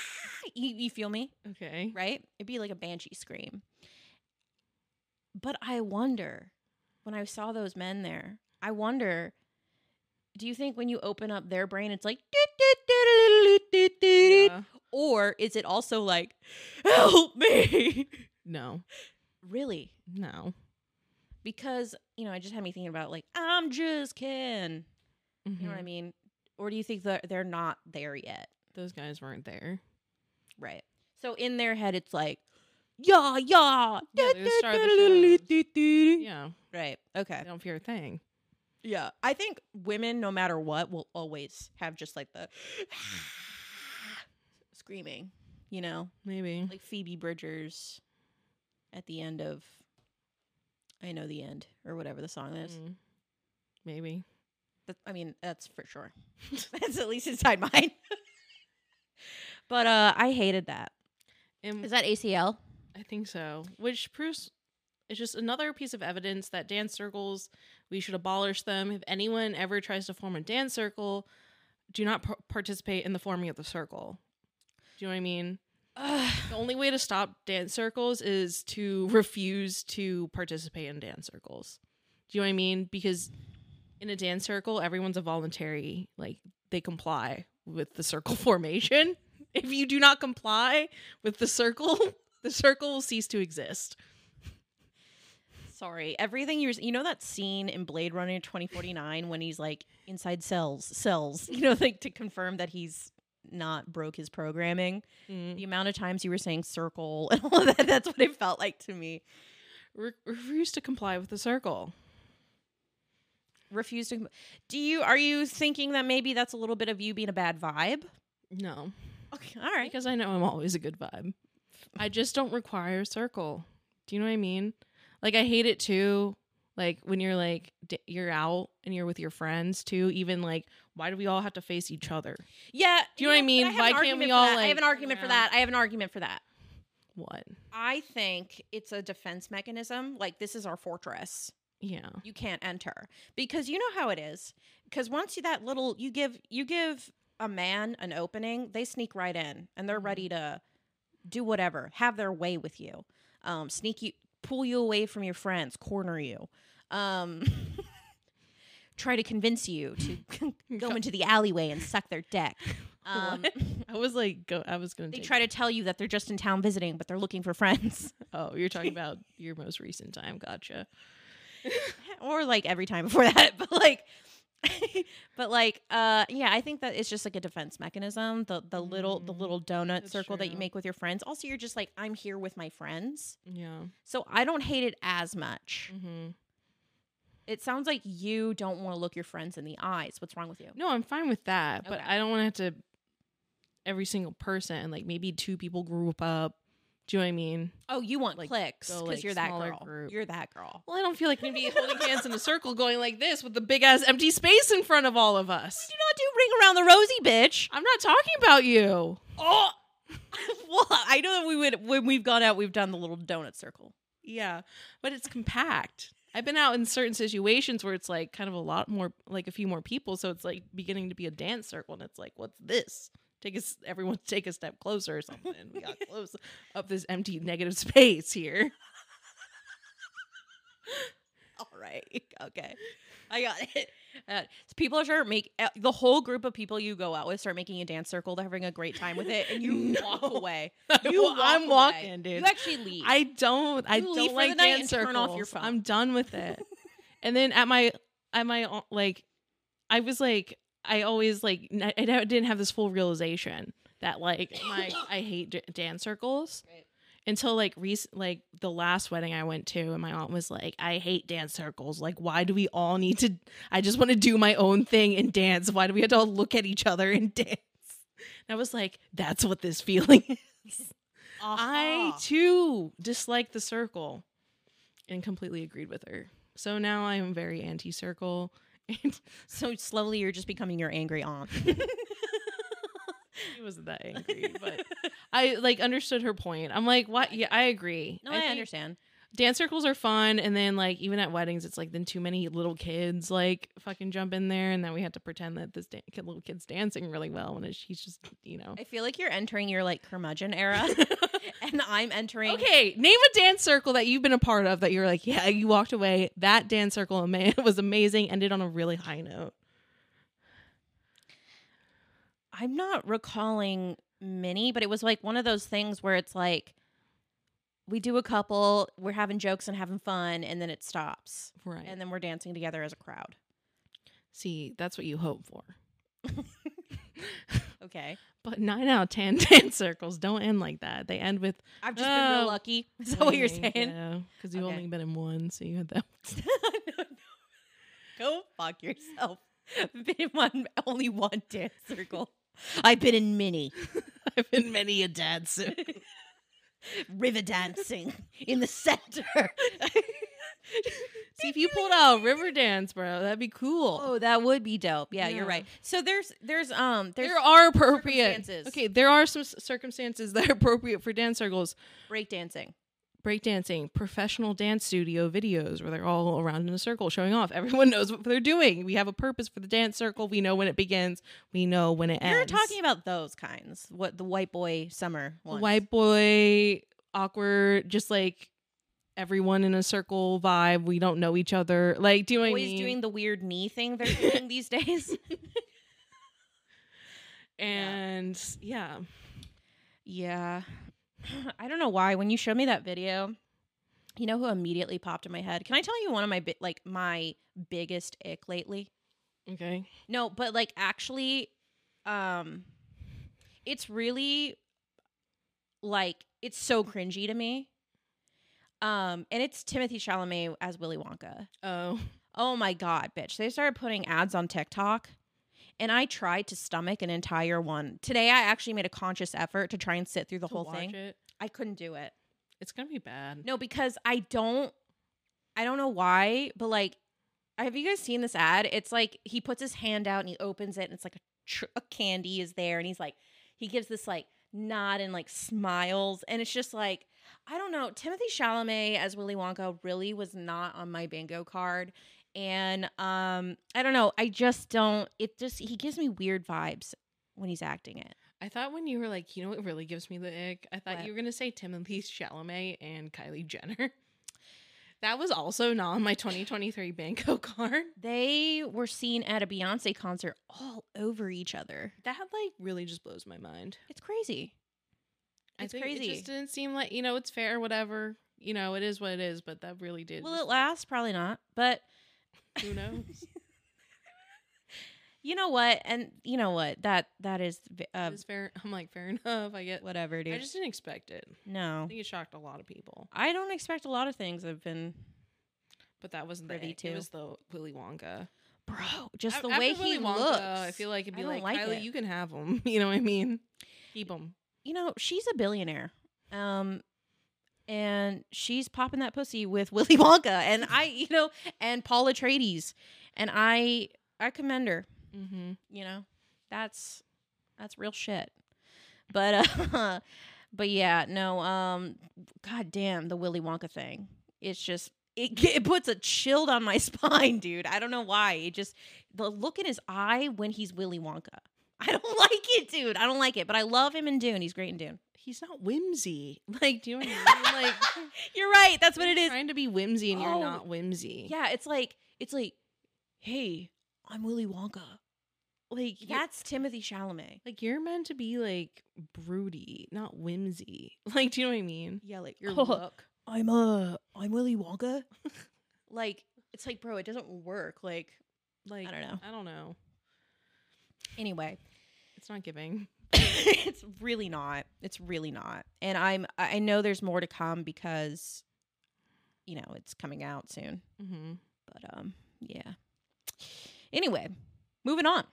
you, you feel me? okay. right? It'd be like a banshee scream. But I wonder, when I saw those men there, I wonder, do you think when you open up their brain, it's like, "Doot, doot, doot, doot, doot, doot, doot," Yeah. or is it also like, help me? No. really? No. Because, you know, I just had me thinking about like, I'm just kidding. You know what I Mhm. mean? Or do you think that they're not there yet? Those guys weren't there. Right. So in their head, it's like, yeah, yeah. Yeah, they just started the Yeah. Right. Okay. They don't fear a thing. Yeah. I think women, no matter what, will always have just like the screaming, you know, Maybe. like Phoebe Bridgers at the end of I Know the End or whatever the song is. Mm. Maybe. That, I mean, that's for sure. that's at least inside mine. but uh I hated that. And Is that ACL? I think so. Which proves it's just another piece of evidence that dance circles, we should abolish them. If anyone ever tries to form a dance circle, do not par- participate in the forming of the circle. Do you know what I mean? The only way to stop dance circles is to refuse to participate in dance circles. Do you know what I mean? Because in a dance circle, everyone's a voluntary, like they comply with the circle formation. If you do not comply with the circle, the circle will cease to exist. Sorry, everything you you know that scene in Blade Runner twenty forty nine when he's like inside cells, cells, you know, like to confirm that he's not broke his programming. Mm-hmm. The amount of times you were saying circle and all of that, that's what it felt like to me. Re- refuse to comply with the circle. Refuse to. Do you are you thinking that maybe that's a little bit of you being a bad vibe? No, Okay, all right. because I know I'm always a good vibe. I just don't require a circle. Do you know what I mean? Like I hate it too. Like when you're like d- you're out and you're with your friends too. Even like why do we all have to face each other? Yeah, Do you know what I but mean? have Why an can't argument we for all, that. I like, have an argument for yeah. that. I have an argument for that. What? I think it's a defense mechanism. Like this is our fortress. Yeah. you can't enter because you know how it is because once you that little you give you give a man an opening they sneak right in and they're Mhm. ready to do whatever have their way with you um sneak you pull you away from your friends corner you um try to convince you to go into the alleyway and suck their dick um What? I was like go. I was gonna. they take- try to tell you that they're just in town visiting but they're looking for friends Oh, you're talking about your most recent time. Gotcha. or like every time before that but like but like uh yeah i think that it's just like a defense mechanism the the little the Mm, little donut that's circle that you true. make with your friends also you're just like i'm here with my friends Yeah. so i don't hate it as much Mm-hmm. it sounds like you don't want to look your friends in the eyes what's wrong with you No, I'm fine with that, but Okay. I don't want to have to every single person and like maybe two people group up. Do you know what I mean? oh you want Like, clicks go, because like, you're that smaller girl group. you're that girl Well, I don't feel like I'm gonna be holding hands in a circle going like this with the big ass empty space in front of all of us. do not do ring around the rosy bitch I'm not talking about you. oh well i know that we would when we've gone out we've done the little donut circle Yeah, but it's compact. I've been out in certain situations where it's like kind of a lot more, like a few more people. So it's like beginning to be a dance circle, and it's like, what's this? Take us, everyone, take a step closer or something. We got close up this empty negative space here. All right. Okay. I got it. Uh, so people start make uh, the whole group of people you go out with start making a dance circle. They're having a great time with it, and you walk No. away. You, You, walk I'm away. walking, dude. You actually leave. I don't. I You don't leave for like the night dance and turn off circles. your phone. I'm done with it. and then at my at my uh, like, I was like, I always like n- I don't- didn't have this full realization that like my I hate d- dance circles Right. until like recent like the last wedding I went to and my aunt was like I hate dance circles like why do we all need to I just want to do my own thing and dance why do we have to all look at each other and dance and I was like that's what this feeling is I too dislike the circle and completely agreed with her so now I am very anti circle and so slowly you're just becoming your angry aunt. She wasn't that angry, but I like understood her point. I'm like, what? Yeah, I agree. No, I, think understand. Dance circles are fun, and then like even at weddings, it's like then too many little kids like fucking jump in there, and then we have to pretend that this dan- kid- little kid's dancing really well, and he's just you know. I feel like you're entering your like curmudgeon era, and I'm entering. okay, name a dance circle that you've been a part of that you're like, yeah, you walked away. That dance circle ama- was amazing, ended on a really high note. I'm not recalling many, but it was like one of those things where it's like we do a couple, we're having jokes and having fun, and then it stops, Right. and then we're dancing together as a crowd. See, that's what you hope for. Okay, But nine out of ten dance circles don't end like that. They end with I've just been Oh. real lucky. Is that what you're saying? Because you've Okay. only been in one, so you had that. Go fuck yourself. I've been in one, only one dance circle. I've been in many I've been many a dancer. river dancing in the center. See, if you pulled out a river dance, bro, that'd be cool. Oh, that would be dope. Yeah, Yeah. you're right. So there's there's um there's there are appropriate. circumstances. Okay, there are some s- circumstances that are appropriate for dance circles. break dancing. Breakdancing, professional dance studio videos where they're all around in a circle showing off. Everyone knows what they're doing. We have a purpose for the dance circle. We know when it begins. We know when it You're ends. talking about those kinds. What the white boy summer ones. white boy awkward just like everyone in a circle vibe we don't know each other like do you know what I boys mean? doing the weird knee thing they're doing these days. and yeah. Yeah. I don't know why when you showed me that video, you know who immediately popped in my head. Can I tell you one of my bi- like my biggest ick lately? okay No, but like actually um it's really like it's so cringy to me. Um and it's Timothy Chalamet as Willy Wonka. oh Oh my god, bitch. They started putting ads on TikTok and I tried to stomach an entire one. Today I actually made a conscious effort to try and sit through the whole thing. I couldn't do it. it's gonna be bad No, because I don't I don't know why, but like have you guys seen this ad? It's like he puts his hand out and he opens it and it's like a, tr- a candy is there and he's like he gives this like nod and like smiles and it's just like I don't know, Timothy Chalamet as Willy Wonka really was not on my bingo card and um I don't know, I just don't it just he gives me weird vibes when he's acting it. i thought when you were like you know what really gives me the ick i thought What? you were gonna say timothy chalamet and kylie jenner that was also not on my 2023 banco card They were seen at a Beyonce concert all over each other. that like really just blows my mind It's crazy. I It's think It crazy. just didn't seem like you know it's fair, whatever. You know it is what it is, but that really did. Will just, it last? Probably not. But like, Who knows? you know what? And you know what? That that is v- uh, it's fair. I'm like fair enough. I get. whatever, dude. I just didn't expect it. I no, think it shocked a lot of people, I don't expect a lot of things. I've been but that wasn't the Privy ick. It to. was the Willy Wonka. bro. Just A- the after way Willy he Wonka, looks. I feel like it'd I be like, don't like Kylie, it. you can have them. You know what I mean? Keep them. you know she's a billionaire. Um. And she's popping that pussy with Willy Wonka, and I, you know, and Paul Atreides, and I, I commend her. Mm-hmm. you know that's that's real shit but uh but yeah no um god damn the willy wonka thing it's just it, g- it puts a chill down my spine dude i don't know why it just the look in his eye when he's willy wonka i don't like it dude i don't like it but i love him in dune he's great in dune He's not whimsy. Like, do you know what I mean? Like, you're right that's what it you're is Trying to be whimsy and Oh, you're not whimsy. yeah it's like it's like hey i'm willy wonka Like you're- that's timothy chalamet Like you're meant to be like broody, not whimsy. Like, do you know what I mean? yeah like Your look. look. I'm uh I'm Willy Wonka. like it's like bro, it doesn't work. Like Like I don't know. I don't know. Anyway, It's not giving. it's really not. It's really not. And I'm I I know there's more to come because you know, it's coming out soon. Mm-hmm. But um yeah. Anyway, moving on.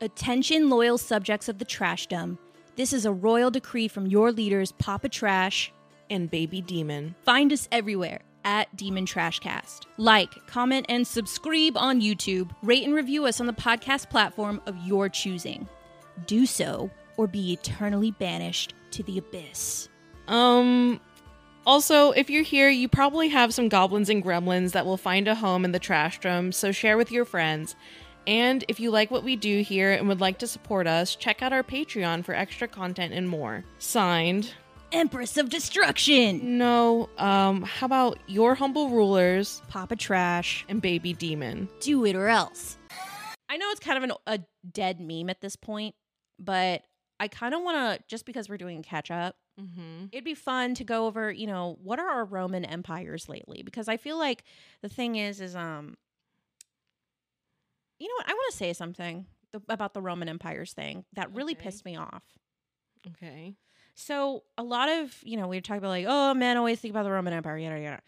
Attention loyal subjects of the trashdom. This is a royal decree from your leaders, Papa Trash, And baby demon. Find us everywhere at Demon Trashcast. Like, comment, and subscribe on YouTube. Rate and review us on the podcast platform of your choosing. Do so or be eternally banished to the abyss. Um. Also, if you're here, you probably have some goblins and gremlins that will find a home in the trash drum, so share with your friends. And if you like what we do here and would like to support us, check out our Patreon for extra content and more. Signed. Empress of Destruction! No, um, how about your humble rulers Papa Trash. and baby demon? Do it or else. I know it's kind of an, a dead meme at this point, but I kind of want to, just because we're doing catch up, Mm-hmm. it'd be fun to go over you know what are our roman empires lately because i feel like the thing is is um you know what i want to say something th- about the roman empires thing that really Okay. pissed me off Okay. so a lot of you know we were talking about like oh men always think about the roman empire yada yada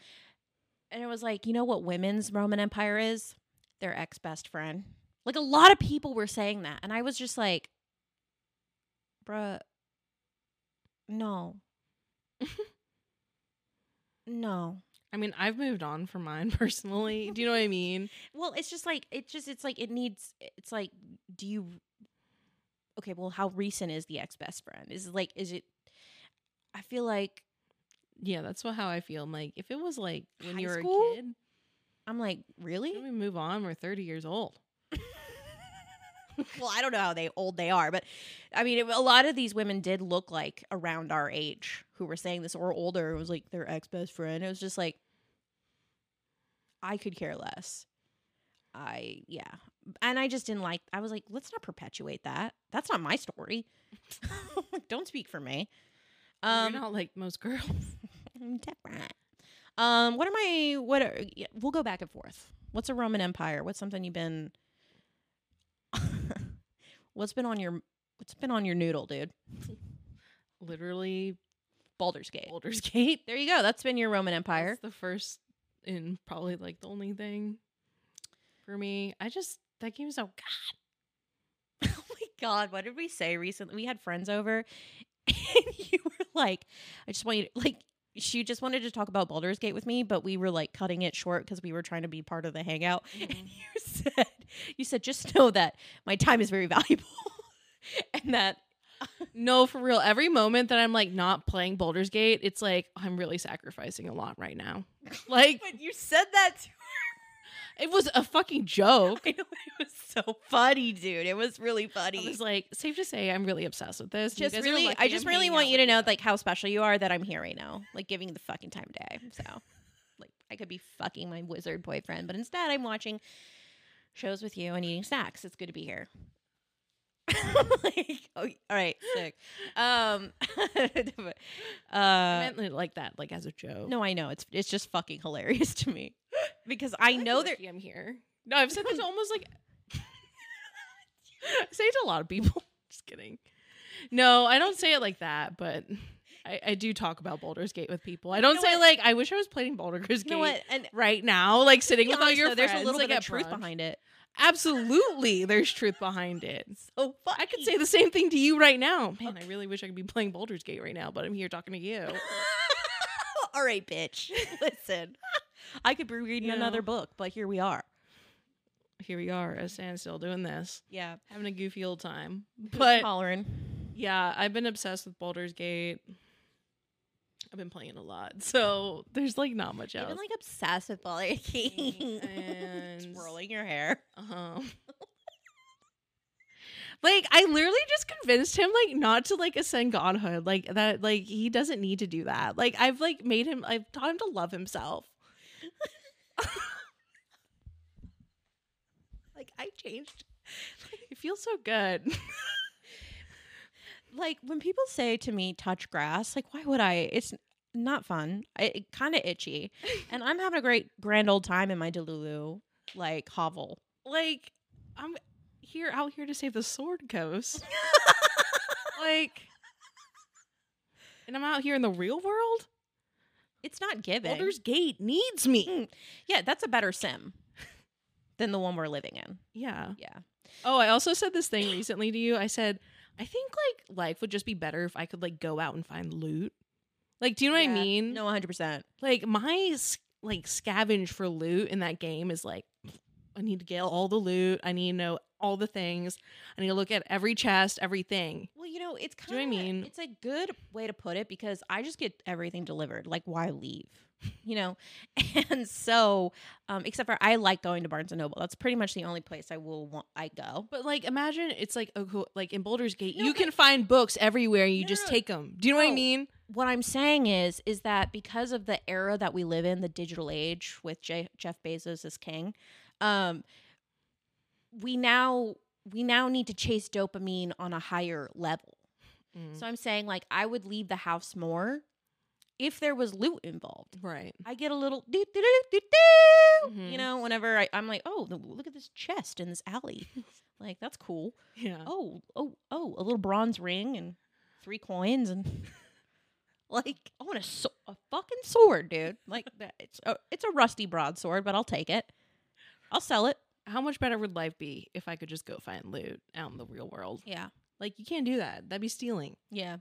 and it was like you know what women's roman empire is their ex-best friend like a lot of people were saying that and i was just like bruh no no I mean, I've moved on from mine personally. Do you know what I mean? well it's just like it just it's like it needs it's like do you okay well how recent is the ex-best friend is it like is it i feel like Yeah, that's what, how I feel. I'm like, if it was like when High you were school? a kid, i'm like really then we move on. We're 30 years old. well, I don't know how they old they are, but I mean, it, a lot of these women did look like around our age who were saying this or older. It was like their ex best friend. It was just like, I could care less. I, yeah. And I just didn't like, I was like, let's not perpetuate that. That's not my story. don't speak for me. Um, You're not like most girls. I'm Mm, different. Um, what am I? What are? yeah, We'll go back and forth. What's a Roman Empire? What's something you've been? what's been on your? What's been on your noodle, dude? Literally, Baldur's Gate. Baldur's Gate. There you go. That's been your Roman Empire. That's the first and probably like the only thing for me. I just that game is so oh my god, what did we say recently? We had friends over, and you were like, "I just want you to, like." She just wanted to talk about Baldur's Gate with me, but we were like cutting it short because we were trying to be part of the hangout. And you said, "You said just know that my time is very valuable, and that No, for real. Every moment that I'm like not playing Baldur's Gate, it's like I'm really sacrificing a lot right now. Like But you said that to it was a fucking joke. I know it was so funny, dude. It was really I funny. was like, safe to say, I'm really obsessed with this. You just guys are really, lucky I just I'm really hanging want out you to with know like how special you are that I'm here right now, like giving you the fucking time of day. So, like, I could be fucking my wizard boyfriend, but instead I'm watching shows with you and eating snacks. It's good to be here. like, oh, all right, sick. Um, I uh, meant it like that, like as a joke. no, I know it's it's just fucking hilarious to me because I I'm know there. lucky I'm here. No, I've said this almost like I say it to a lot of people. Just kidding. No, I don't say it like that, but I, I do talk about Baldur's Gate with people. I don't know say what? like I wish I was playing Baldur's You Gate know what? And right now, like sitting be with all honest, your though, friends. There's a little like, bit at of truth brunch. behind it. Absolutely, there's truth behind it. Oh, I could say the same thing to you right now. Man, I really wish I could be playing Baldur's Gate right now, but I'm here talking to you. All right, bitch. Listen, I could be reading You another know. book, but here we are. Here we are, at a standstill doing this, Yeah, having a goofy old time. but But hollering. yeah, I've been obsessed with Baldur's Gate. I've been playing a lot, so there's like not much You've else. been like obsessed with Baller And- Swirling your hair. Um, like I literally just convinced him like not to like ascend godhood, like that, like he doesn't need to do that. Like I've like made him, I've taught him to love himself. like I changed. It feels so good. Like when people say to me, "Touch grass," like why would I? It's not fun. It, kind of itchy, and I'm having a great grand old time in my Delulu like hovel. like I'm. here out here to save the sword coast. like and I'm out here in the real world? It's not given. Baldur's Gate needs me. yeah, that's a better sim than the one we're living in. Yeah. Yeah. Oh, I also said this thing recently to you. I said, I think like life would just be better if I could like go out and find loot. Like, do you know Yeah. what I mean? No, 100%. Like my s- like scavenge for loot in that game is like I need to get all the loot. I need to know all the things. I need to look at every chest, everything. Well, you know, it's Do you kind know of what I mean? it's a good way to put it because I just get everything delivered. Like why leave? You know? And so um except for I like going to Barnes and Noble. That's pretty much the only place I will want I go. But like imagine it's like oh, cool. like in Boulder's Gate, No, you but- can find books everywhere and you No, just no, take them. Do you know what no. I mean? What I'm saying is is that because of the era that we live in, the digital age with Je- Jeff Bezos as king, um we now we now need to chase dopamine on a higher level. Mm. So I'm saying like I would leave the house more if there was loot involved. Right. I get a little doo doo doo doo doo. Mhm. You know, whenever I, I'm like, oh, the- look at this chest in this alley, like that's cool. Yeah. Oh, oh, oh, a little bronze ring and three coins and like I want a so- a fucking sword, dude. Like that, it's a it's a rusty broadsword, but I'll take it. I'll sell it. How much better would life be if I could just go find loot out in the real world? Yeah, Like you can't do that. That'd be stealing. yeah.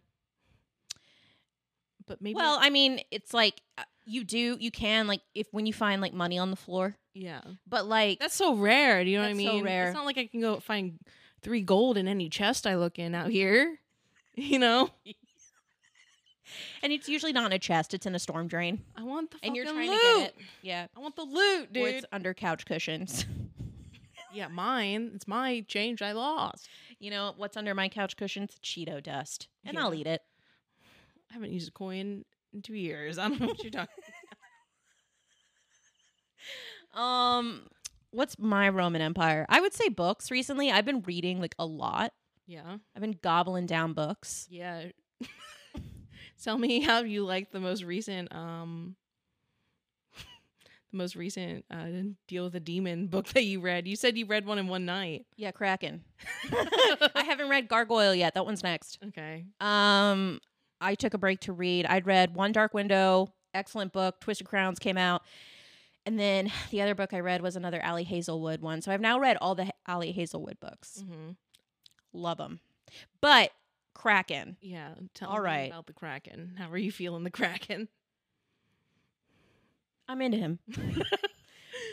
But maybe Well, I mean, it's like uh, you do, you can like if when you find like money on the floor, yeah. but like That's so rare. Do you know That's what so I mean? rare. It's not like I can go find three gold in any chest I look in out here. You know, and it's usually not in a chest; it's in a storm drain. I want the And you're fucking trying loot. to get it. Yeah. I want the loot, Or dude. it's under couch cushions. yeah, mine. It's my change I lost. you know what's under my couch cushions? Cheeto dust, and I'll Yeah. eat it. I haven't used a coin in two years. I don't know what you're talking. Um, what's my Roman Empire? I would say books. Recently, I've been reading like a lot. Yeah, I've been gobbling down books. yeah. Tell me how you like the most recent, um, the most recent uh, deal with the demon book that you read. You said you read one in one night. Yeah, Kraken. I haven't read Gargoyle yet. That one's next. Okay. Um, I took a break to read. I'd read One Dark Window, excellent book. Twisted Crowns came out. And then the other book I read was another Allie Hazelwood one. So I've now read all the H- Allie Hazelwood books. Mm-hmm. Love them. But Kraken, Yeah. Tell All me right. about the Kraken. How are you feeling the Kraken? I'm into him.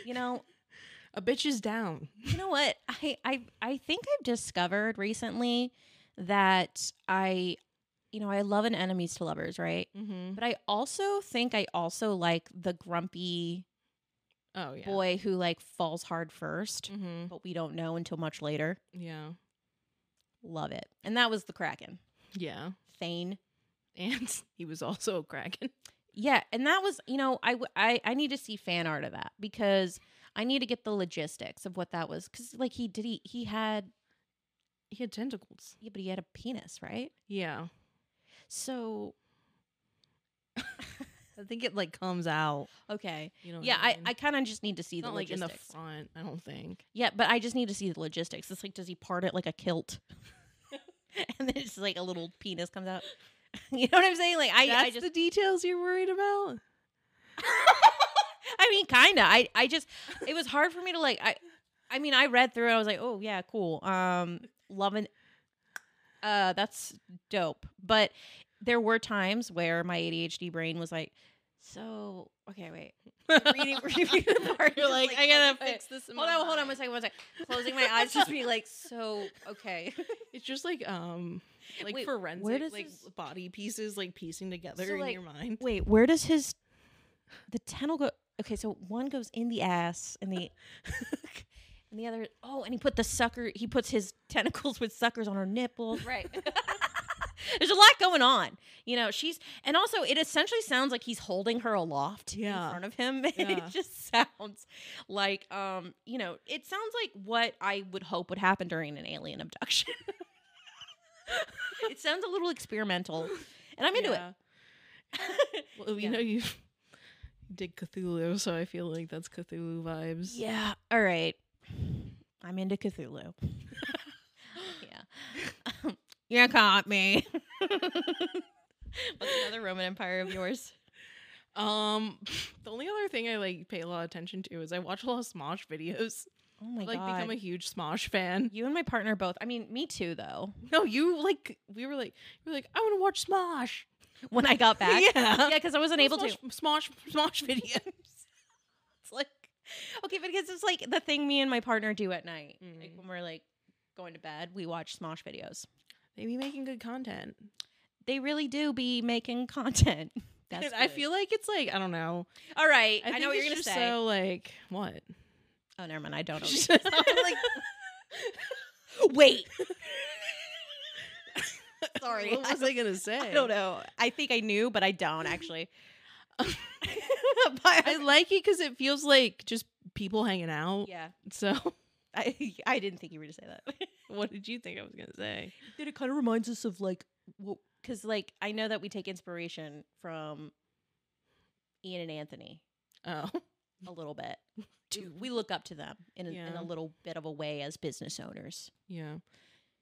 you know, A bitch is down. you know what? I I I think I've discovered recently that I you know, I love an enemies to lovers, right? Mm-hmm. But I also think I also like the grumpy Oh yeah. boy who like falls hard 1st Mm-hmm. but we don't know until much later. Yeah. Love it. And that was the Kraken. Yeah. Thane. And he was also a Kraken. Yeah, and that was, you know, I w- I I need to see fan art of that because I need to get the logistics of what that was cuz like he did he he had He had tentacles. yeah, but he had a penis, right? Yeah. So I think it like comes out. okay, You know. what yeah, I, mean? I kind of just need to see It's the not like in the logistics. front. I don't think. yeah, but I just need to see the logistics. It's like, does he part it like a kilt, and then it's just like a little penis comes out? you know what I'm saying? Like I, I just, the details you're worried about. I mean, kind of. I, I just, it was hard for me to like. I, I mean, I read through. it. I was like, oh yeah, cool. Um, loving. Uh, that's dope. But there were times where my ADHD brain was like, so okay, wait. Reading- reading the part, You're just like, like, "Oh, I gotta okay, fix this. In Hold my on, hold mind." on one second, one second. Closing my eyes, just be like, so okay. It's just like um, like Wait, where forensic, does like this- body pieces, like piecing together So, in like, your mind. Wait, where does his the tunnel go? Okay, so one goes in the ass, and the and the other. Oh, and he put the sucker. He puts his tentacles with suckers on her nipples. Right. There's a lot going on. You know, she's and also it essentially sounds like he's holding her aloft Yeah. in front of him. And Yeah. It just sounds like um, you know, it sounds like what I would hope would happen during an alien abduction. it sounds a little experimental. And I'm into it. Well, you Yeah. know you did Cthulhu, so I feel like that's Cthulhu vibes. Yeah. All right. I'm into Cthulhu. You caught me. What's another Roman Empire of yours? Um, the only other thing I like pay a lot of attention to is I watch a lot of Smosh videos. Oh my like, god. become a huge Smosh fan. you and my partner both. I mean, me too though. No, you like we were like you were like I want to watch Smosh. When I got back. Yeah. Yeah, because I wasn't able to. Smosh, Smosh Smosh videos. It's like Okay, but because it's like the thing me and my partner do at night. Like Mhm. when we're like going to bed, we watch Smosh videos. They be making good content. They really do be making content. That's I good. feel like it's like I don't know. All right. I, think know what you're it's gonna just say. So like what? Oh, never mind. I don't know. I'm like, Wait. Sorry. what was I, gonna say? I don't know. I think I knew, but I don't actually. but I, I like it because it feels like just people hanging out. yeah, So I I didn't think you were to say that. what did you think I was gonna say? Dude, it kind of reminds us of like, because like I know that we take inspiration from Ian and Anthony Oh, a little bit. We- we look up to them in a, in Yeah. a little bit of a way as business owners. yeah.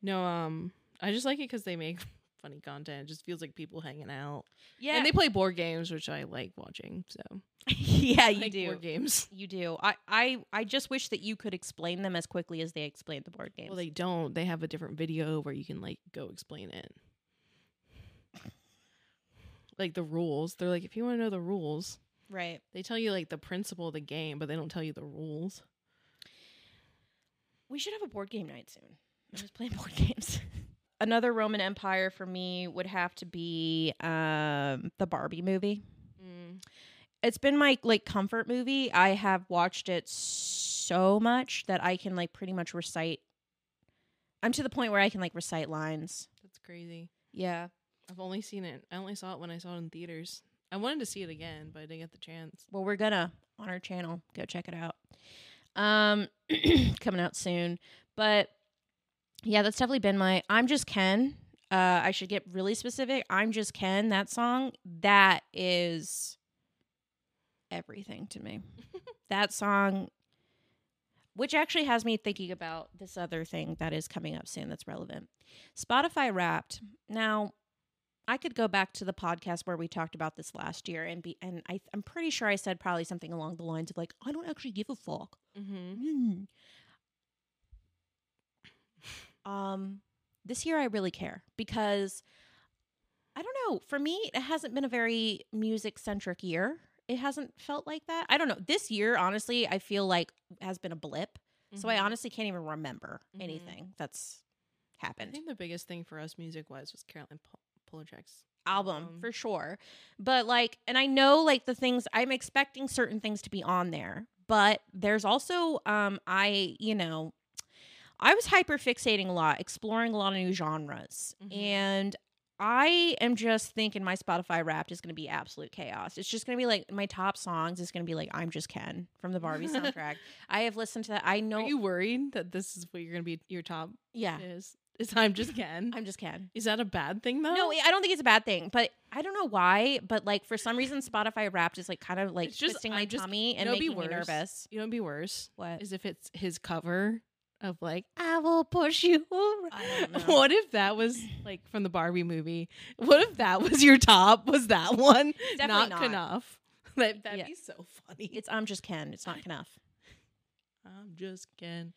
No, um, I just like it because they make funny content. It just feels like people hanging out. Yeah, And they play board games, which I like watching. So yeah, I you like do. board games. You do. I, I I just wish that you could explain them as quickly as they explained the board games. Well, they don't. They have a different video where you can like go explain it. Like the rules. They're like, if you want to know the rules, right. they tell you like the principle of the game, but they don't tell you the rules. We should have a board game night soon. I'm just playing board games. Another Roman Empire for me would have to be um, the Barbie movie. Mm, It's been my like comfort movie. I have watched it so much that I can like pretty much recite. I'm to the point where I can like recite lines. That's crazy. Yeah. I've only seen it. I only saw it when I saw it in theaters. I wanted to see it again, but I didn't get the chance. Well, we're gonna on our channel go check it out. Um, coming out soon. But yeah, that's definitely been my. I'm just Ken. Uh, I should get really specific. I'm just Ken. That song that is everything to me. that song, which actually has me thinking about this other thing that is coming up soon that's relevant. Spotify Wrapped. Now, I could go back to the podcast where we talked about this last year and be and I, I'm pretty sure I said probably something along the lines of like I don't actually give a fuck. Mm-hmm. Mm. Um, this year I really care because I don't know. For me, it hasn't been a very music centric year. It hasn't felt like that. I don't know. This year, honestly, I feel like has been a blip. So I honestly can't even remember Mhm. anything that's I happened. think the biggest thing for us music wise was Caroline Pol- Polachek's album album. for sure. But like, and I know like the things I'm expecting certain things to be on there, but there's also um I you know I was hyper fixating a lot, exploring a lot of new genres, Mhm. and. I am just thinking my Spotify Wrapped is going to be absolute chaos. It's just going to be like my top songs is going to be like I'm just Ken from the Barbie soundtrack. I have listened to that. I know. Are you worried that this is what you're gonna be your top yeah, is? Is I'm just Ken. I'm just Ken. is that a bad thing though? No, I don't think it's a bad thing, but I don't know why. But like for some reason, Spotify Wrapped is like kind of like It's just- twisting I'm my just- tummy and no, it'd be making me worse. nervous. you know, it'd be worse What? is if it's his cover of like I will push you. I I don't don't know. What if that was like from the Barbie movie? What if that was your top? Was that one Definitely not. enough? That, that'd Yeah. be so funny. It's I'm just Ken. It's not enough. I'm just Ken.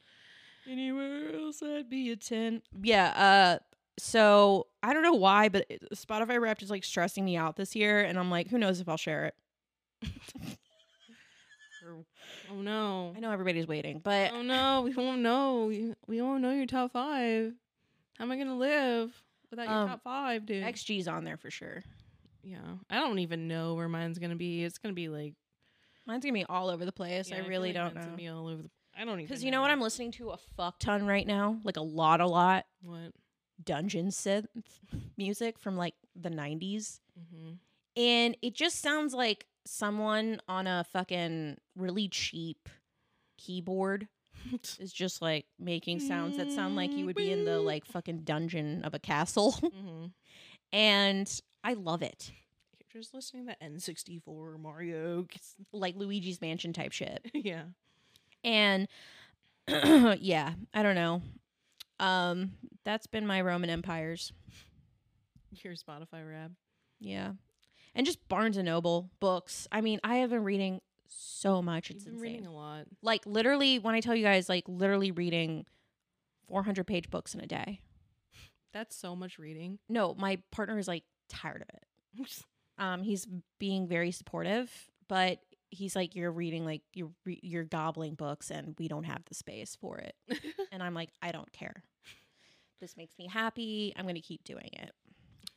Anywhere else, I'd be a ten. Yeah. Uh. So I don't know why, but it- Spotify Wrapped is like stressing me out this year, and I'm like, who knows if I'll share it. Oh no! I know everybody's waiting, but Oh no! We won't know. We- We won't know your top five. How am I gonna live without your Um, top five, dude? XG's on there for sure. yeah, I don't even know where mine's gonna be. It's gonna be like Mine's gonna be all over the place. yeah, I feel really like don't mine's know. Gonna be all over the. I don't even. Because you know what I'm listening to a fuck ton right now, like a lot, a lot. What? dungeon synth music from like the 90s Mm-hmm. and it just sounds like someone on a fucking really cheap keyboard is just like making sounds that sound like you would be in the like fucking dungeon of a castle mm-hmm. and i love it You're just listening to N64 Mario. kiss- like luigi's mansion type shit yeah. and yeah i don't know Um, that's been my Roman empires. Your Spotify rap. Yeah, and just Barnes and Noble books. I mean, I have been reading so much. You've It's been insane. reading a lot. like literally, when I tell you guys, like literally reading 400 page books in a day. That's so much reading. No, my partner is like tired of it. um he's being very supportive but he's like you're reading like you're re- you're gobbling books and we don't have the space for it and i'm like i don't care this makes me happy i'm gonna keep doing it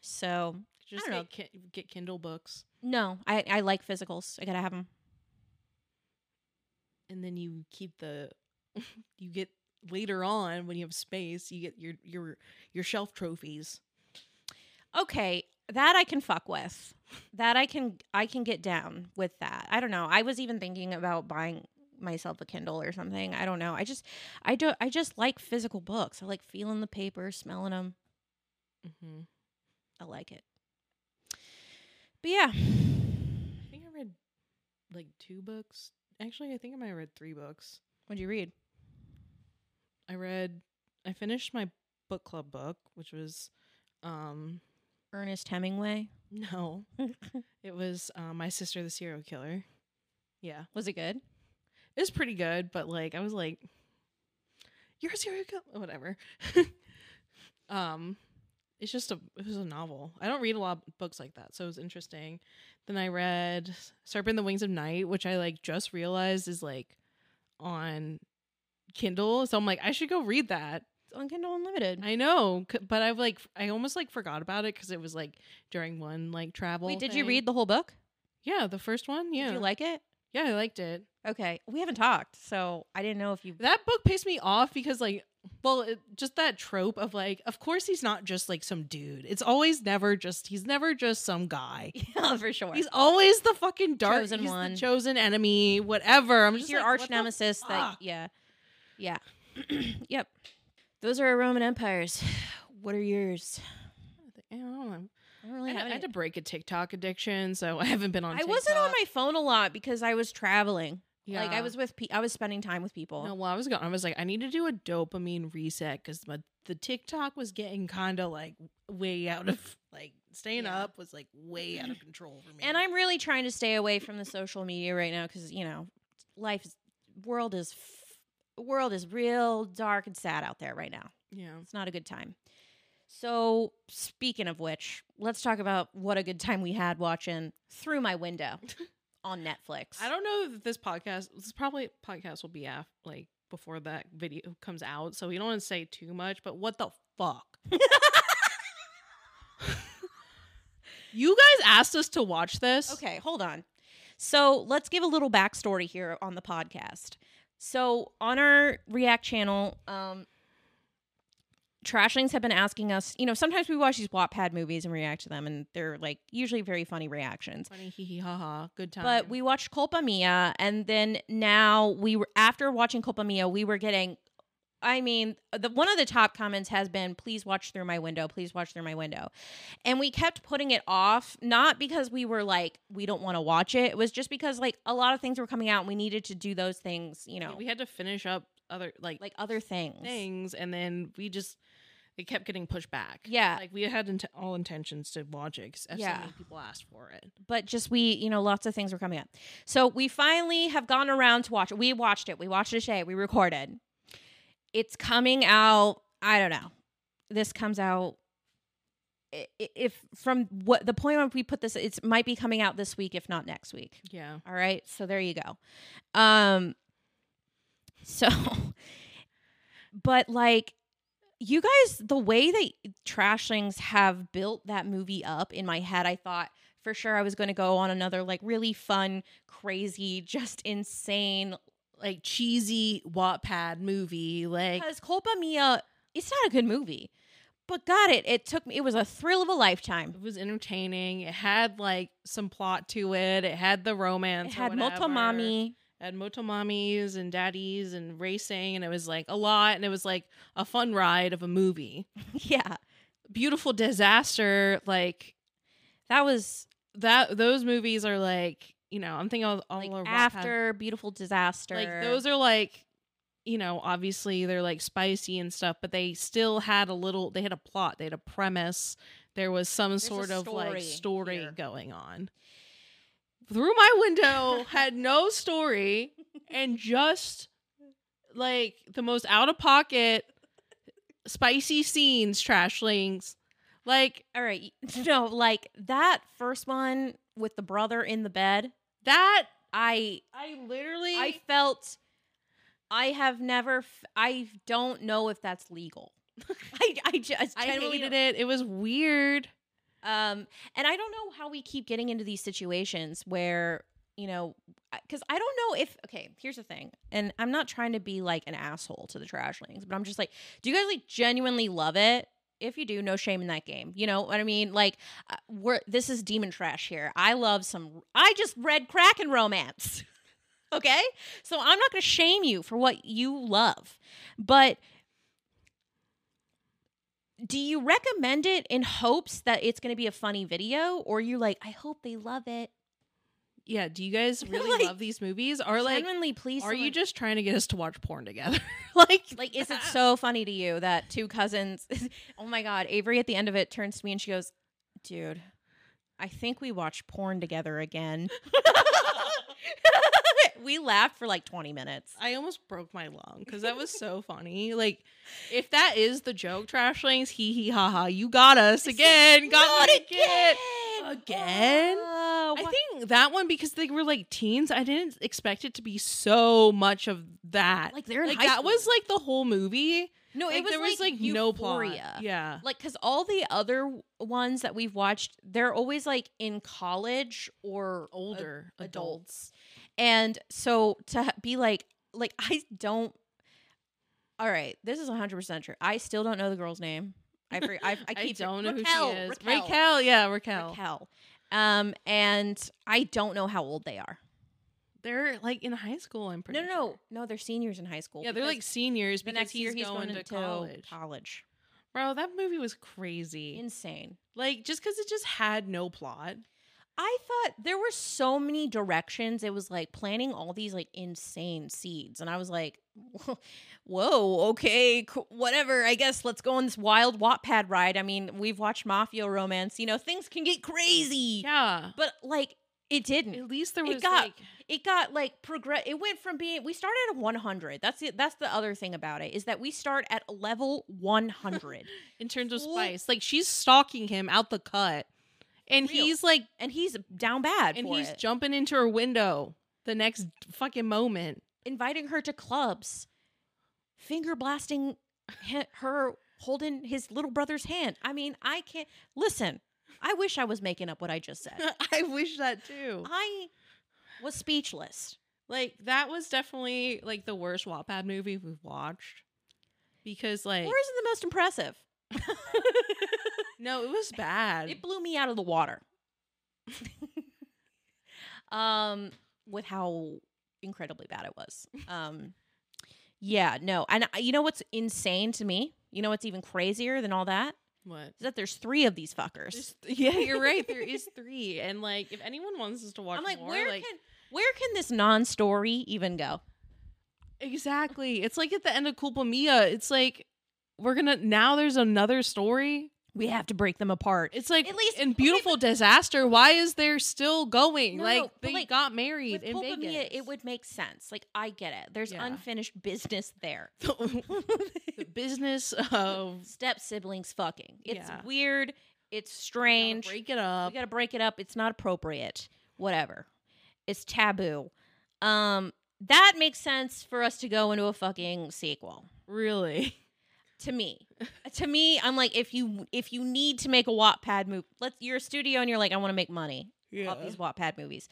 so Just don't know. get, ki- get Kindle books, no i i like physicals i gotta have them and then you keep the. you get later on when you have space. You get your your your shelf trophies. okay that i can fuck with that i can i can get down with that i don't know i was even thinking about buying myself a kindle or something i don't know i just i don't i just like physical books i like feeling the paper smelling them Mm-hmm. I like it. But yeah. I think I read like two books. Actually, I think I might have read three books. What'd you read? I read. I finished my book club book, which was, um, Ernest Hemingway. no, it was uh, my sister the serial killer. Yeah, Was it good? it was pretty good, but like I was like, "You're a serial killer," whatever. um, it's just a it was a novel. I don't read a lot of books like that, so it was interesting. Then I read *Serpent in the Wings of Night*, which I like just realized is like on Kindle, so I'm like, I should go read that. It's on Kindle Unlimited. I know, c- but I've like f- I almost like forgot about it because it was like during one like travel. Wait, did you thing. read the whole book? Yeah, the first one. Yeah, Did you like it? yeah, I liked it. Okay. We haven't talked, so I didn't know if you That book pissed me off because, like, well, it, just that trope of like, of course he's not just like some dude. It's always never just he's never just some guy. Yeah, for sure. He's always the fucking dark Chosen he's the one. chosen enemy, whatever. I'm He's just your like, arch what the nemesis that fuck? yeah. Yeah. yep. Those are our Roman empires. What are yours? I don't know. I don't I really had, have I had any. to break a TikTok addiction, so I haven't been on. I wasn't on TikTok. my phone a lot because I was traveling. Like I Yeah. was with pe- I was spending time with people. No, well, I was going. I was like, I need to do a dopamine reset because my the TikTok was getting kind of like way out of like staying Yeah. up was like way out of control for me. And I'm really trying to stay away from the social media right now because you know, life is world is f- world is real dark and sad out there right now. yeah, It's not a good time. So speaking of which, let's talk about what a good time we had watching Through My Window on Netflix. I don't know that this podcast. This probably podcast will be af- like before that video comes out, so we don't want to say too much. But what the fuck? you guys asked us to watch this. Okay, hold on. So let's give a little backstory here on the podcast. So on our React channel, um, Trashlings have been asking us. You know, sometimes we watch these Wattpad movies and react to them, and they're like usually very funny reactions. Funny, hee hee, ha ha. Good time. But we watched Culpa Mia, and then now we were after watching Culpa Mia, we were getting. I mean, the one of the top comments has been, "Please watch through my window. Please watch through my window," and we kept putting it off, not because we were like we don't want to watch it. It was just because like a lot of things were coming out, and we needed to do those things, you know, we had to finish up other like like other things. things and then we just it kept getting pushed back Yeah. like we had int- all intentions to watch it because Yeah. so many people asked for it but just we, you know, lots of things were coming up. So we finally have gone around to watch it. We watched it. We watched it today. We recorded. It's coming out. I don't know. This comes out. i- i- If from what the point when we put this, it might be coming out this week, if not next week. yeah All right. So there you go. Um. So, but like. You guys, the way that Trashlings have built that movie up in my head, I thought, for sure I was going to go on another like really fun, crazy, just insane. like cheesy wattpad movie like Because Culpa Mia, it's not a good movie, but got it. It took me. It was a thrill of a lifetime. it was entertaining it had like some plot to it it had the romance It or had whatever. Motomami. It had motomamis and daddies and racing and it was like a lot and it was like a fun ride of a movie yeah, beautiful disaster like that was that those movies are like you know i'm thinking all, all like our Wattpad after Beautiful Disaster. Like those are like you know, obviously they're like spicy and stuff, but they still had a little. They had a plot. They had a premise. There was some a sort of like story story here. going on. Through my window had no story and just like the most out of pocket spicy scenes, trashlings. Like All right. No, like that first one with the brother in the bed, that, I I literally I felt I have never f- I don't know if that's legal. I I just I generally hated don't- it. It was weird. Um and I don't know how we keep getting into these situations where you know cuz I don't know if okay, here's the thing. And I'm not trying to be like an asshole to the trashlings, but I'm just like do you guys like genuinely love it? If you do, no shame in that game. You know what I mean? Like uh, we're this is demon trash here. I love some I just read Kraken romance. okay? So I'm not going to shame you for what you love. But do you recommend it in hopes that it's going to be a funny video or you like I hope they love it? Yeah, do you guys really Like, love these movies? Or like Genuinely please are you someone- just trying to get us to watch porn together? like like is it so funny to you that two cousins Oh my god, Avery at the end of it turns to me and she goes, "Dude, I think we watched porn together again." we laughed for like 20 minutes. I almost broke my lung because that was so funny. Like, if that is the joke, Trashlings, hee hee ha ha, you got us again. Got Not me again. Again? Oh, I why- think that one because they were like teens. I didn't expect it to be so much of that. like they're in Like, high that school. was like the whole movie. no, Like, it was there was like, no plot. euphoria. Yeah, like because all the other w- ones that we've watched they're always like in college or a- older adults. adults and so to ha- be like like i don't all right this is 100% true i still don't know the girl's name i fre- I, I I, keep don't know Raquel, who she is. Raquel, yeah, Raquel. Raquel. um and i don't know how old they are They're like in high school. I'm pretty no no sure. no no they're seniors in high school Yeah, they're because like seniors the because next he's, year he's going, to into college. college Bro, that movie was crazy. insane like just because it just had no plot. I thought there were so many directions. It was like planting all these like insane seeds. And I was like, whoa, okay, co- whatever. I guess let's go on this wild Wattpad ride. I mean, we've watched Mafia romance. You know, things can get crazy. Yeah. But like, it didn't. At least there It was got- like It got like progress. It went from being, we started at 100. That's it. That's the other thing about it is that we start at level 100. in terms of full- spice, like she's stalking him out the cut, and Real. he's like, and he's down bad. and for he's it. jumping into her window the next fucking moment. inviting her to clubs, finger blasting he- her holding his little brother's hand. I mean, I can't listen. I wish I was making up what I just said. I wish that too. I was speechless. Like that was definitely like the worst Wattpad movie we've watched because like Or is it the most impressive? no, it was bad. It blew me out of the water. um, with how incredibly bad it was. Um, yeah, no, and I- you know what's insane to me? You know what's even crazier than all that what? is that there's three of these fuckers. There's- yeah, you're right. There is three, and like if anyone wants us to watch, I'm like, more, where like can where can this non-story even go? Exactly. It's like at the end of Culpa Mia, it's like we're gonna now there's another story. We have to break them apart. It's like At least- in okay, beautiful disaster, why is there still going? No, like no, but they like, got married With in Pulpa Vegas. Mia, it would make sense. Like I get it. There's Yeah. unfinished business there. the business of Step siblings fucking. It's Yeah. weird. It's strange. break it we up. gotta break it up. It's not appropriate. Whatever. It's taboo. Um, that makes sense for us to go into a fucking sequel. Really. to me to me i'm like if you if you need to make a wattpad move let's you're a studio and you're like i want to make money Yeah. off these wattpad movies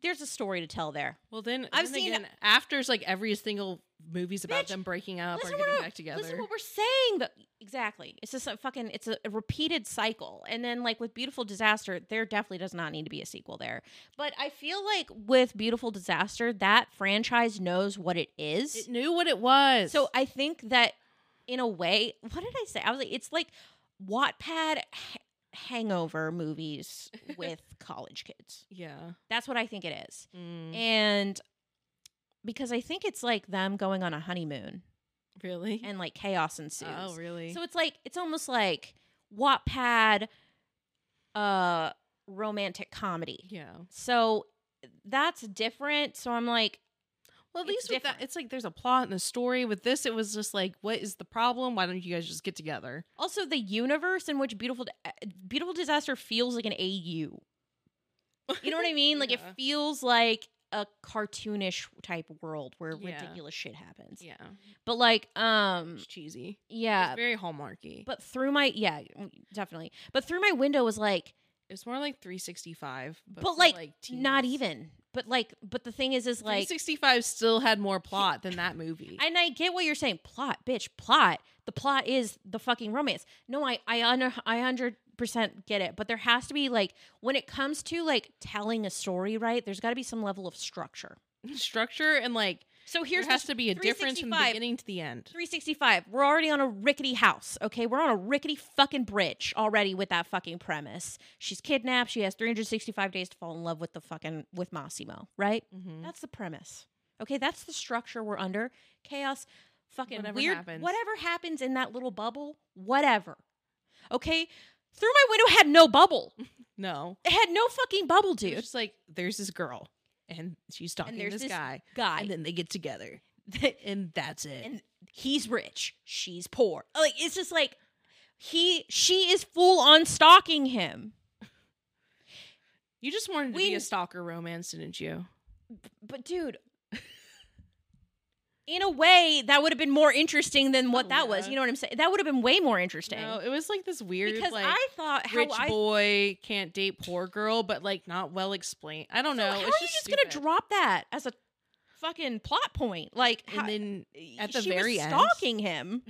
there's a story to tell there Well then I've I've seen- seen afters like every single movie's about Bitch, them breaking up or listen to getting what- back together. listen to what we're saying though. exactly it's just a fucking it's a, a repeated cycle and then like with beautiful disaster there definitely does not need to be a sequel there but i feel like with beautiful disaster that franchise knows what it is it knew what it was. So I think that in a way, what did I say? I was like, it's like Wattpad ha- hangover movies with college kids. yeah. That's what I think it is. Mm. And because I think it's like them going on a honeymoon Really? and like chaos ensues. oh, really? So it's like it's almost like Wattpad uh romantic comedy. yeah. So that's different. So I'm like Well, at It's least with that, different. it's like there's a plot and a story. With this, it was just like, what is the problem? Why don't you guys just get together? also the universe in which beautiful uh, beautiful disaster feels like an AU. You know what I mean? Like Yeah. it feels like a cartoonish type world where Yeah. ridiculous shit happens. Yeah, But like um it's cheesy. yeah, it's very hallmarky. but through my yeah, definitely. But through my window was like it's more like 365. But, But, for, like, teens. not even. But like but the thing is is like 365 still had more plot than that movie. And I get what you're saying. Plot, bitch, plot. The plot is the fucking romance. No, I I under I hundred percent get it. But there has to be like when it comes to like telling a story, right? There's got to be some level of structure. Structure and like So here here's has to be a difference from the 365. beginning to the end. 365. We're already on a rickety house, okay? We're on a rickety fucking bridge already with that fucking premise. She's kidnapped. She has 365 days to fall in love with the fucking with Massimo, right? Mhm. That's the premise. Okay, that's the structure we're under. Chaos, fucking Whatever weird. happens. Whatever happens in that little bubble, whatever. Okay, through my window had no bubble. No, It had no fucking bubble, it's dude. just like there's this girl and she's talking to there's this, this guy, Guy, and then they get together, and that's it. And- he's rich, she's poor. Like it's just like he, she is full on stalking him. you just wanted to be We- a stalker romance, didn't you? But dude. In a way, that would have been more interesting than what Oh, that was. yeah. You know what I'm saying? That would have been way more interesting. No, it was like this weird because like I thought how rich I boy can't date poor girl, but like not well explained. I don't know. How it's are you just stupid. gonna drop that as a fucking plot point? Like, how, And then at the she was very end- stalking him,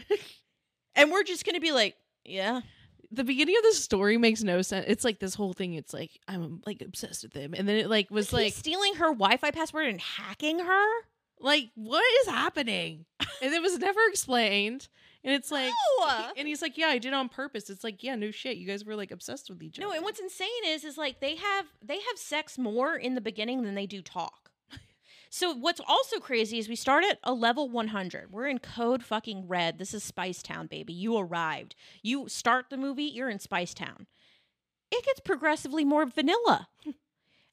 and we're just gonna be like, yeah, the beginning of the story makes no sense. It's like this whole thing. It's like I'm like obsessed with him, and then it like was Is he like stealing her Wi-Fi password and hacking her. like what is happening, and it was never explained. And it's like, No! and he's like, yeah, I did it on purpose. It's like, yeah, no shit. You guys were like obsessed with each other. No, and what's insane is, is like they have they have sex more in the beginning than they do talk. So what's also crazy is we start at a level 100. We're in code fucking red. This is Spice Town, baby. You arrived. You start the movie, you're in Spice Town. It gets progressively more vanilla.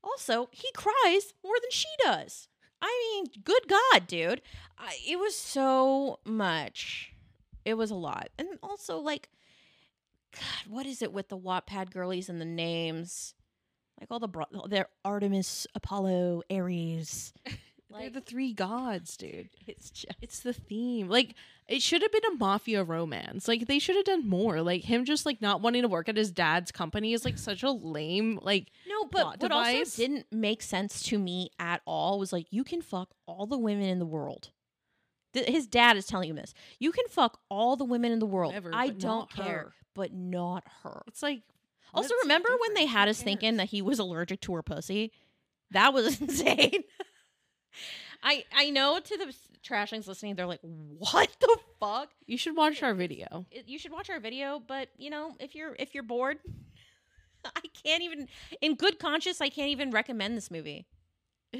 also, he cries more than she does. I mean, good God, dude. I, it was so much. It was a lot. And also, like, God, what is it with the Wattpad girlies and the names? Like all the bro- they're Artemis, Apollo, Aries. They're Like, the three gods, dude. it's just It's the theme. Like it should have been a mafia romance. Like they should have done more. Like him just like not wanting to work at his dad's company is like such a lame like no, but what plot device. also didn't make sense to me at all was like you can fuck all the women in the world. Th- his dad is telling him this. You can fuck all the women in the world. Whatever, I but don't not care, her. but not her. it's like Also, what's remember when different? they had Who us thinking cares? that he was allergic to her pussy? That was insane. I I know to the s- trashlings listening, they're like, "What the fuck?" you should watch our video. It- You should watch our video, but you know, if you're if you're bored, I can't even. In good conscience, I can't even recommend this movie.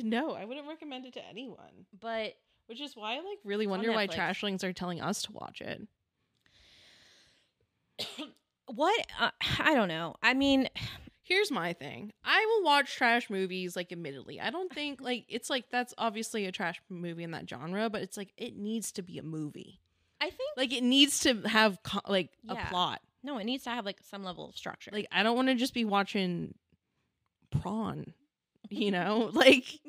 No, I wouldn't recommend it to anyone. But Which is why I like really on wonder why Netflix. trashlings are telling us to watch it. what? Uh, I don't know. I mean, Here's my thing. I will watch trash movies like admittedly. I don't think like it's like that's obviously a trash movie in that genre, but it's like it needs to be a movie. I think Like it needs to have co- like Yeah. a plot. no. It needs to have like some level of structure. Like I don't want to just be watching prawn, you know? like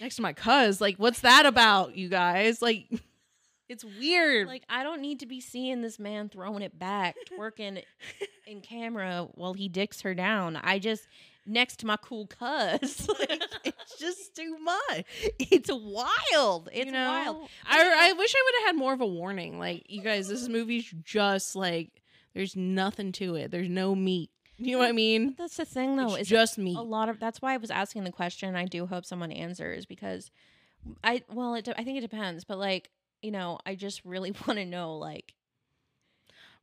next to my cuz, like what's that about, you guys? Like it's weird. Like I don't need to be seeing this man throwing it back, twerking in camera while he dicks her down. I just next to my cool cuz. Like, it's just too much. it's wild. It's you know? wild. I I wish I would have had more of a warning. Like you guys, this movie's just like there's nothing to it. There's no meat. You know what I mean? That's the thing though. it's Is just meat. a lot of that's why I was asking the question. I do hope someone answers because I well, it, de- I think it depends, but like you know, I just really want to know like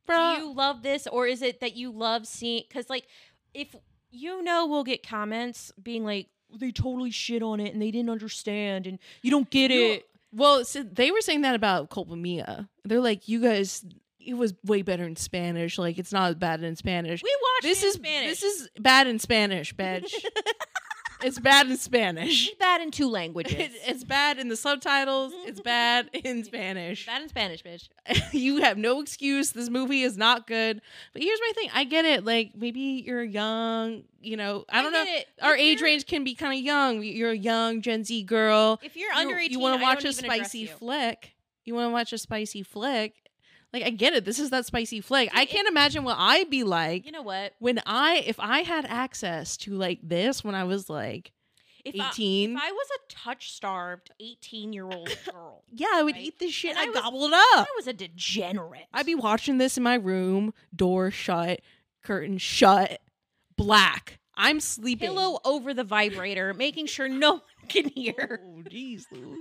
Bruh. do you love this or is it that you love seeing because like if you know we'll get comments being like they totally shit on it and they didn't understand and you don't get No, it. Well, so they were saying that about Culpa Mia. They're like, you guys, it was way better in Spanish. Like, it's not bad in Spanish. We watched this it in is Spanish. this is bad in Spanish, bitch. it's bad in Spanish. bad in two languages. It- it's bad in the subtitles. It's bad in Spanish. bad in Spanish, bitch. you have no excuse. This movie is not good. But here's my thing. I get it. Like maybe you're young. You know, I don't know. get it. Our If age you're- range can be kind of young. You're a young Gen Z girl. If you're You- under 18, you want to I don't watch a even address spicy you. flick. You want to watch a spicy flick. Like I get it. This is that spicy flick. I It- can't imagine what I'd be like You know what? when I if I had access to like this when I was like If I- 18. if I was a touch starved 18 year old girl, yeah, I would Right. eat this shit. And I I was- gobbled I up. was a degenerate. I'd be watching this in my room, door shut, curtain shut, black. I'm sleeping. pillow over the vibrator, making sure no one can hear. Oh, jeez, Lou.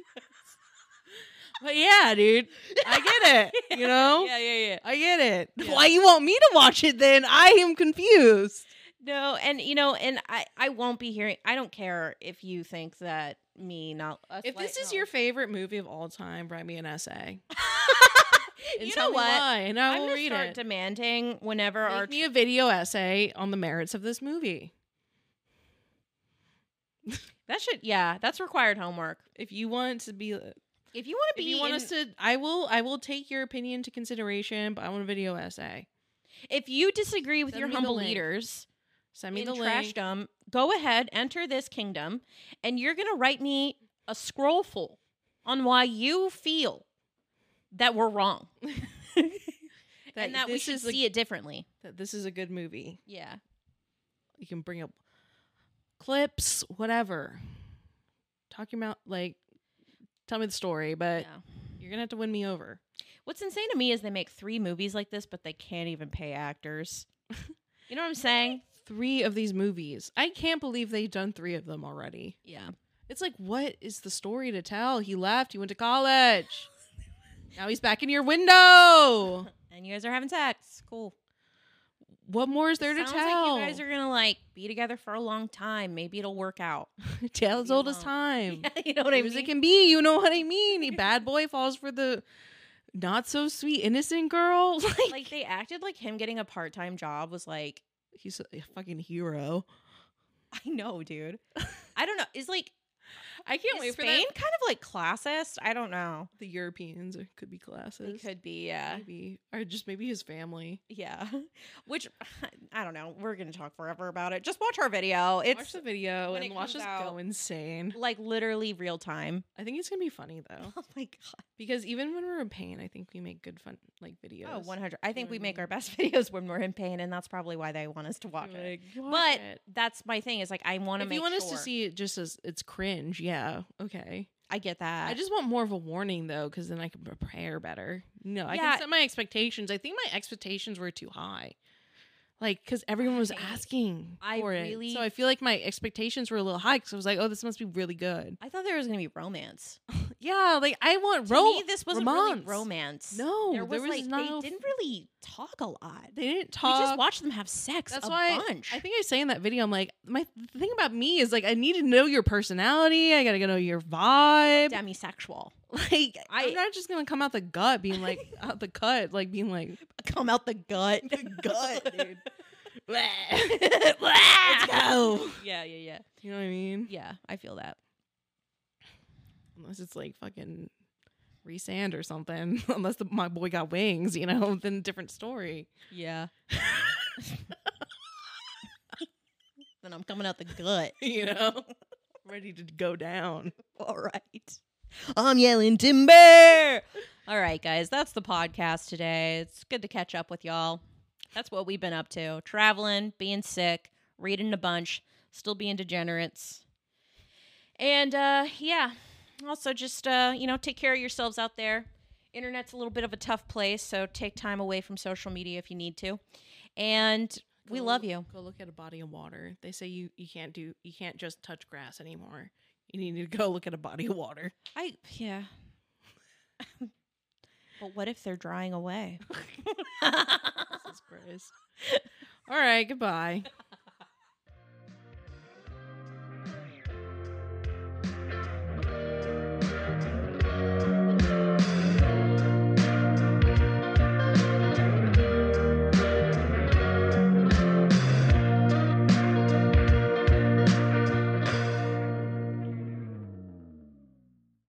but yeah, dude, I get it. You know, Yeah, yeah, yeah. I get it. Yeah. Why you want me to watch it then? I am confused. No, and you know, and I I won't be hearing. I don't care if you think that me not. us If this light- is no. your favorite movie of all time, write me an essay. And you tell know me what? why, and I I'm will gonna read start it. demanding whenever our Make me a video essay on the merits of this movie. that should yeah that's required homework. If you want to be, If you want to if be, you want in- us to, I will. I will take your opinion into consideration, but I want a video essay. if you disagree with Send your me the humble link. leaders Send me in the link. trashdom, go ahead, enter this kingdom, and you're gonna write me a scrollful on why you feel that we're wrong that, and that we this should is a- see it differently. that this is a good movie. Yeah. You can bring up clips, whatever. Talking about like, tell me the story, but yeah. you're gonna have to win me over. What's insane to me is they make three movies like this, but they can't even pay actors. You know what I'm saying? Three of these movies. I can't believe they've done three of them already. Yeah. It's like, what is the story to tell? He left. He went to college. now he's back in your window. And you guys are having sex. Cool. What more is there to Sounds tell? like you guys are gonna like be together for a long time. Maybe it'll work out. tell as You old as won't. time. you know what I It was mean? it can be. You know what I mean? A bad boy falls for the not so sweet innocent girl. Like, like they acted like him getting a part time job was like, he's a fucking hero. I know, dude. I don't know. Is like I can't is Spain kind of like classist? I don't know. The Europeans or could be classes. It could be, yeah. maybe or just maybe his family. Yeah. Which I don't know. We're gonna talk forever about it. Just watch our video. It's watch the video when and it watch comes us go out- insane. like literally real time. I think it's gonna be funny though, Oh my god. because even when we're in pain, I think we make good fun like videos. Oh, 100. I think what we I make our mean? best videos when we're in pain, and that's probably why they want us to watch it. Like, watch But it. that's my thing. Is like I want to if make you want us to sure- see it just as it's cringe, yeah, okay. I get that. I just want more of a warning though, because then I can prepare better. No, I Yeah. can set my expectations. I think my expectations were too high, like because everyone was I- asking I for it. really- So I feel like my expectations were a little high because I was like, oh, this must be really good. I thought there was gonna be romance. Yeah, like I want To ro- me, this wasn't romance. really romance. No, there was, like no- they didn't really talk a lot. They didn't We talk. just watched them have sex That's a why bunch. I think I say in that video, I'm like, my the thing about me is like, I need to know your personality. I gotta know your vibe. demisexual. Like, I, I- am not just gonna come out the gut being like out the cut, like being like Come out the gut. the gut, dude. Let's go. Yeah, yeah, yeah. You know what I mean? Yeah, I feel that. Unless it's like fucking resand or something. Unless the, my boy got wings, you know, then different story. Yeah. then I'm coming out the gut. You know, ready to go down. All right. I'm yelling timber. All right, guys, that's the podcast today. It's good to catch up with y'all. That's what we've been up to traveling, being sick, reading a bunch, still being degenerates. And uh, yeah, also just, uh, you know, take care of yourselves out there. Internet's a little bit of a tough place, so take time away from social media if you need to. And we Go- love you. Go look at a body of water. They say you you can't do you can't just touch grass anymore. You need to go look at a body of water. I, yeah. but what if they're drying away? Jesus Christ. All right, goodbye.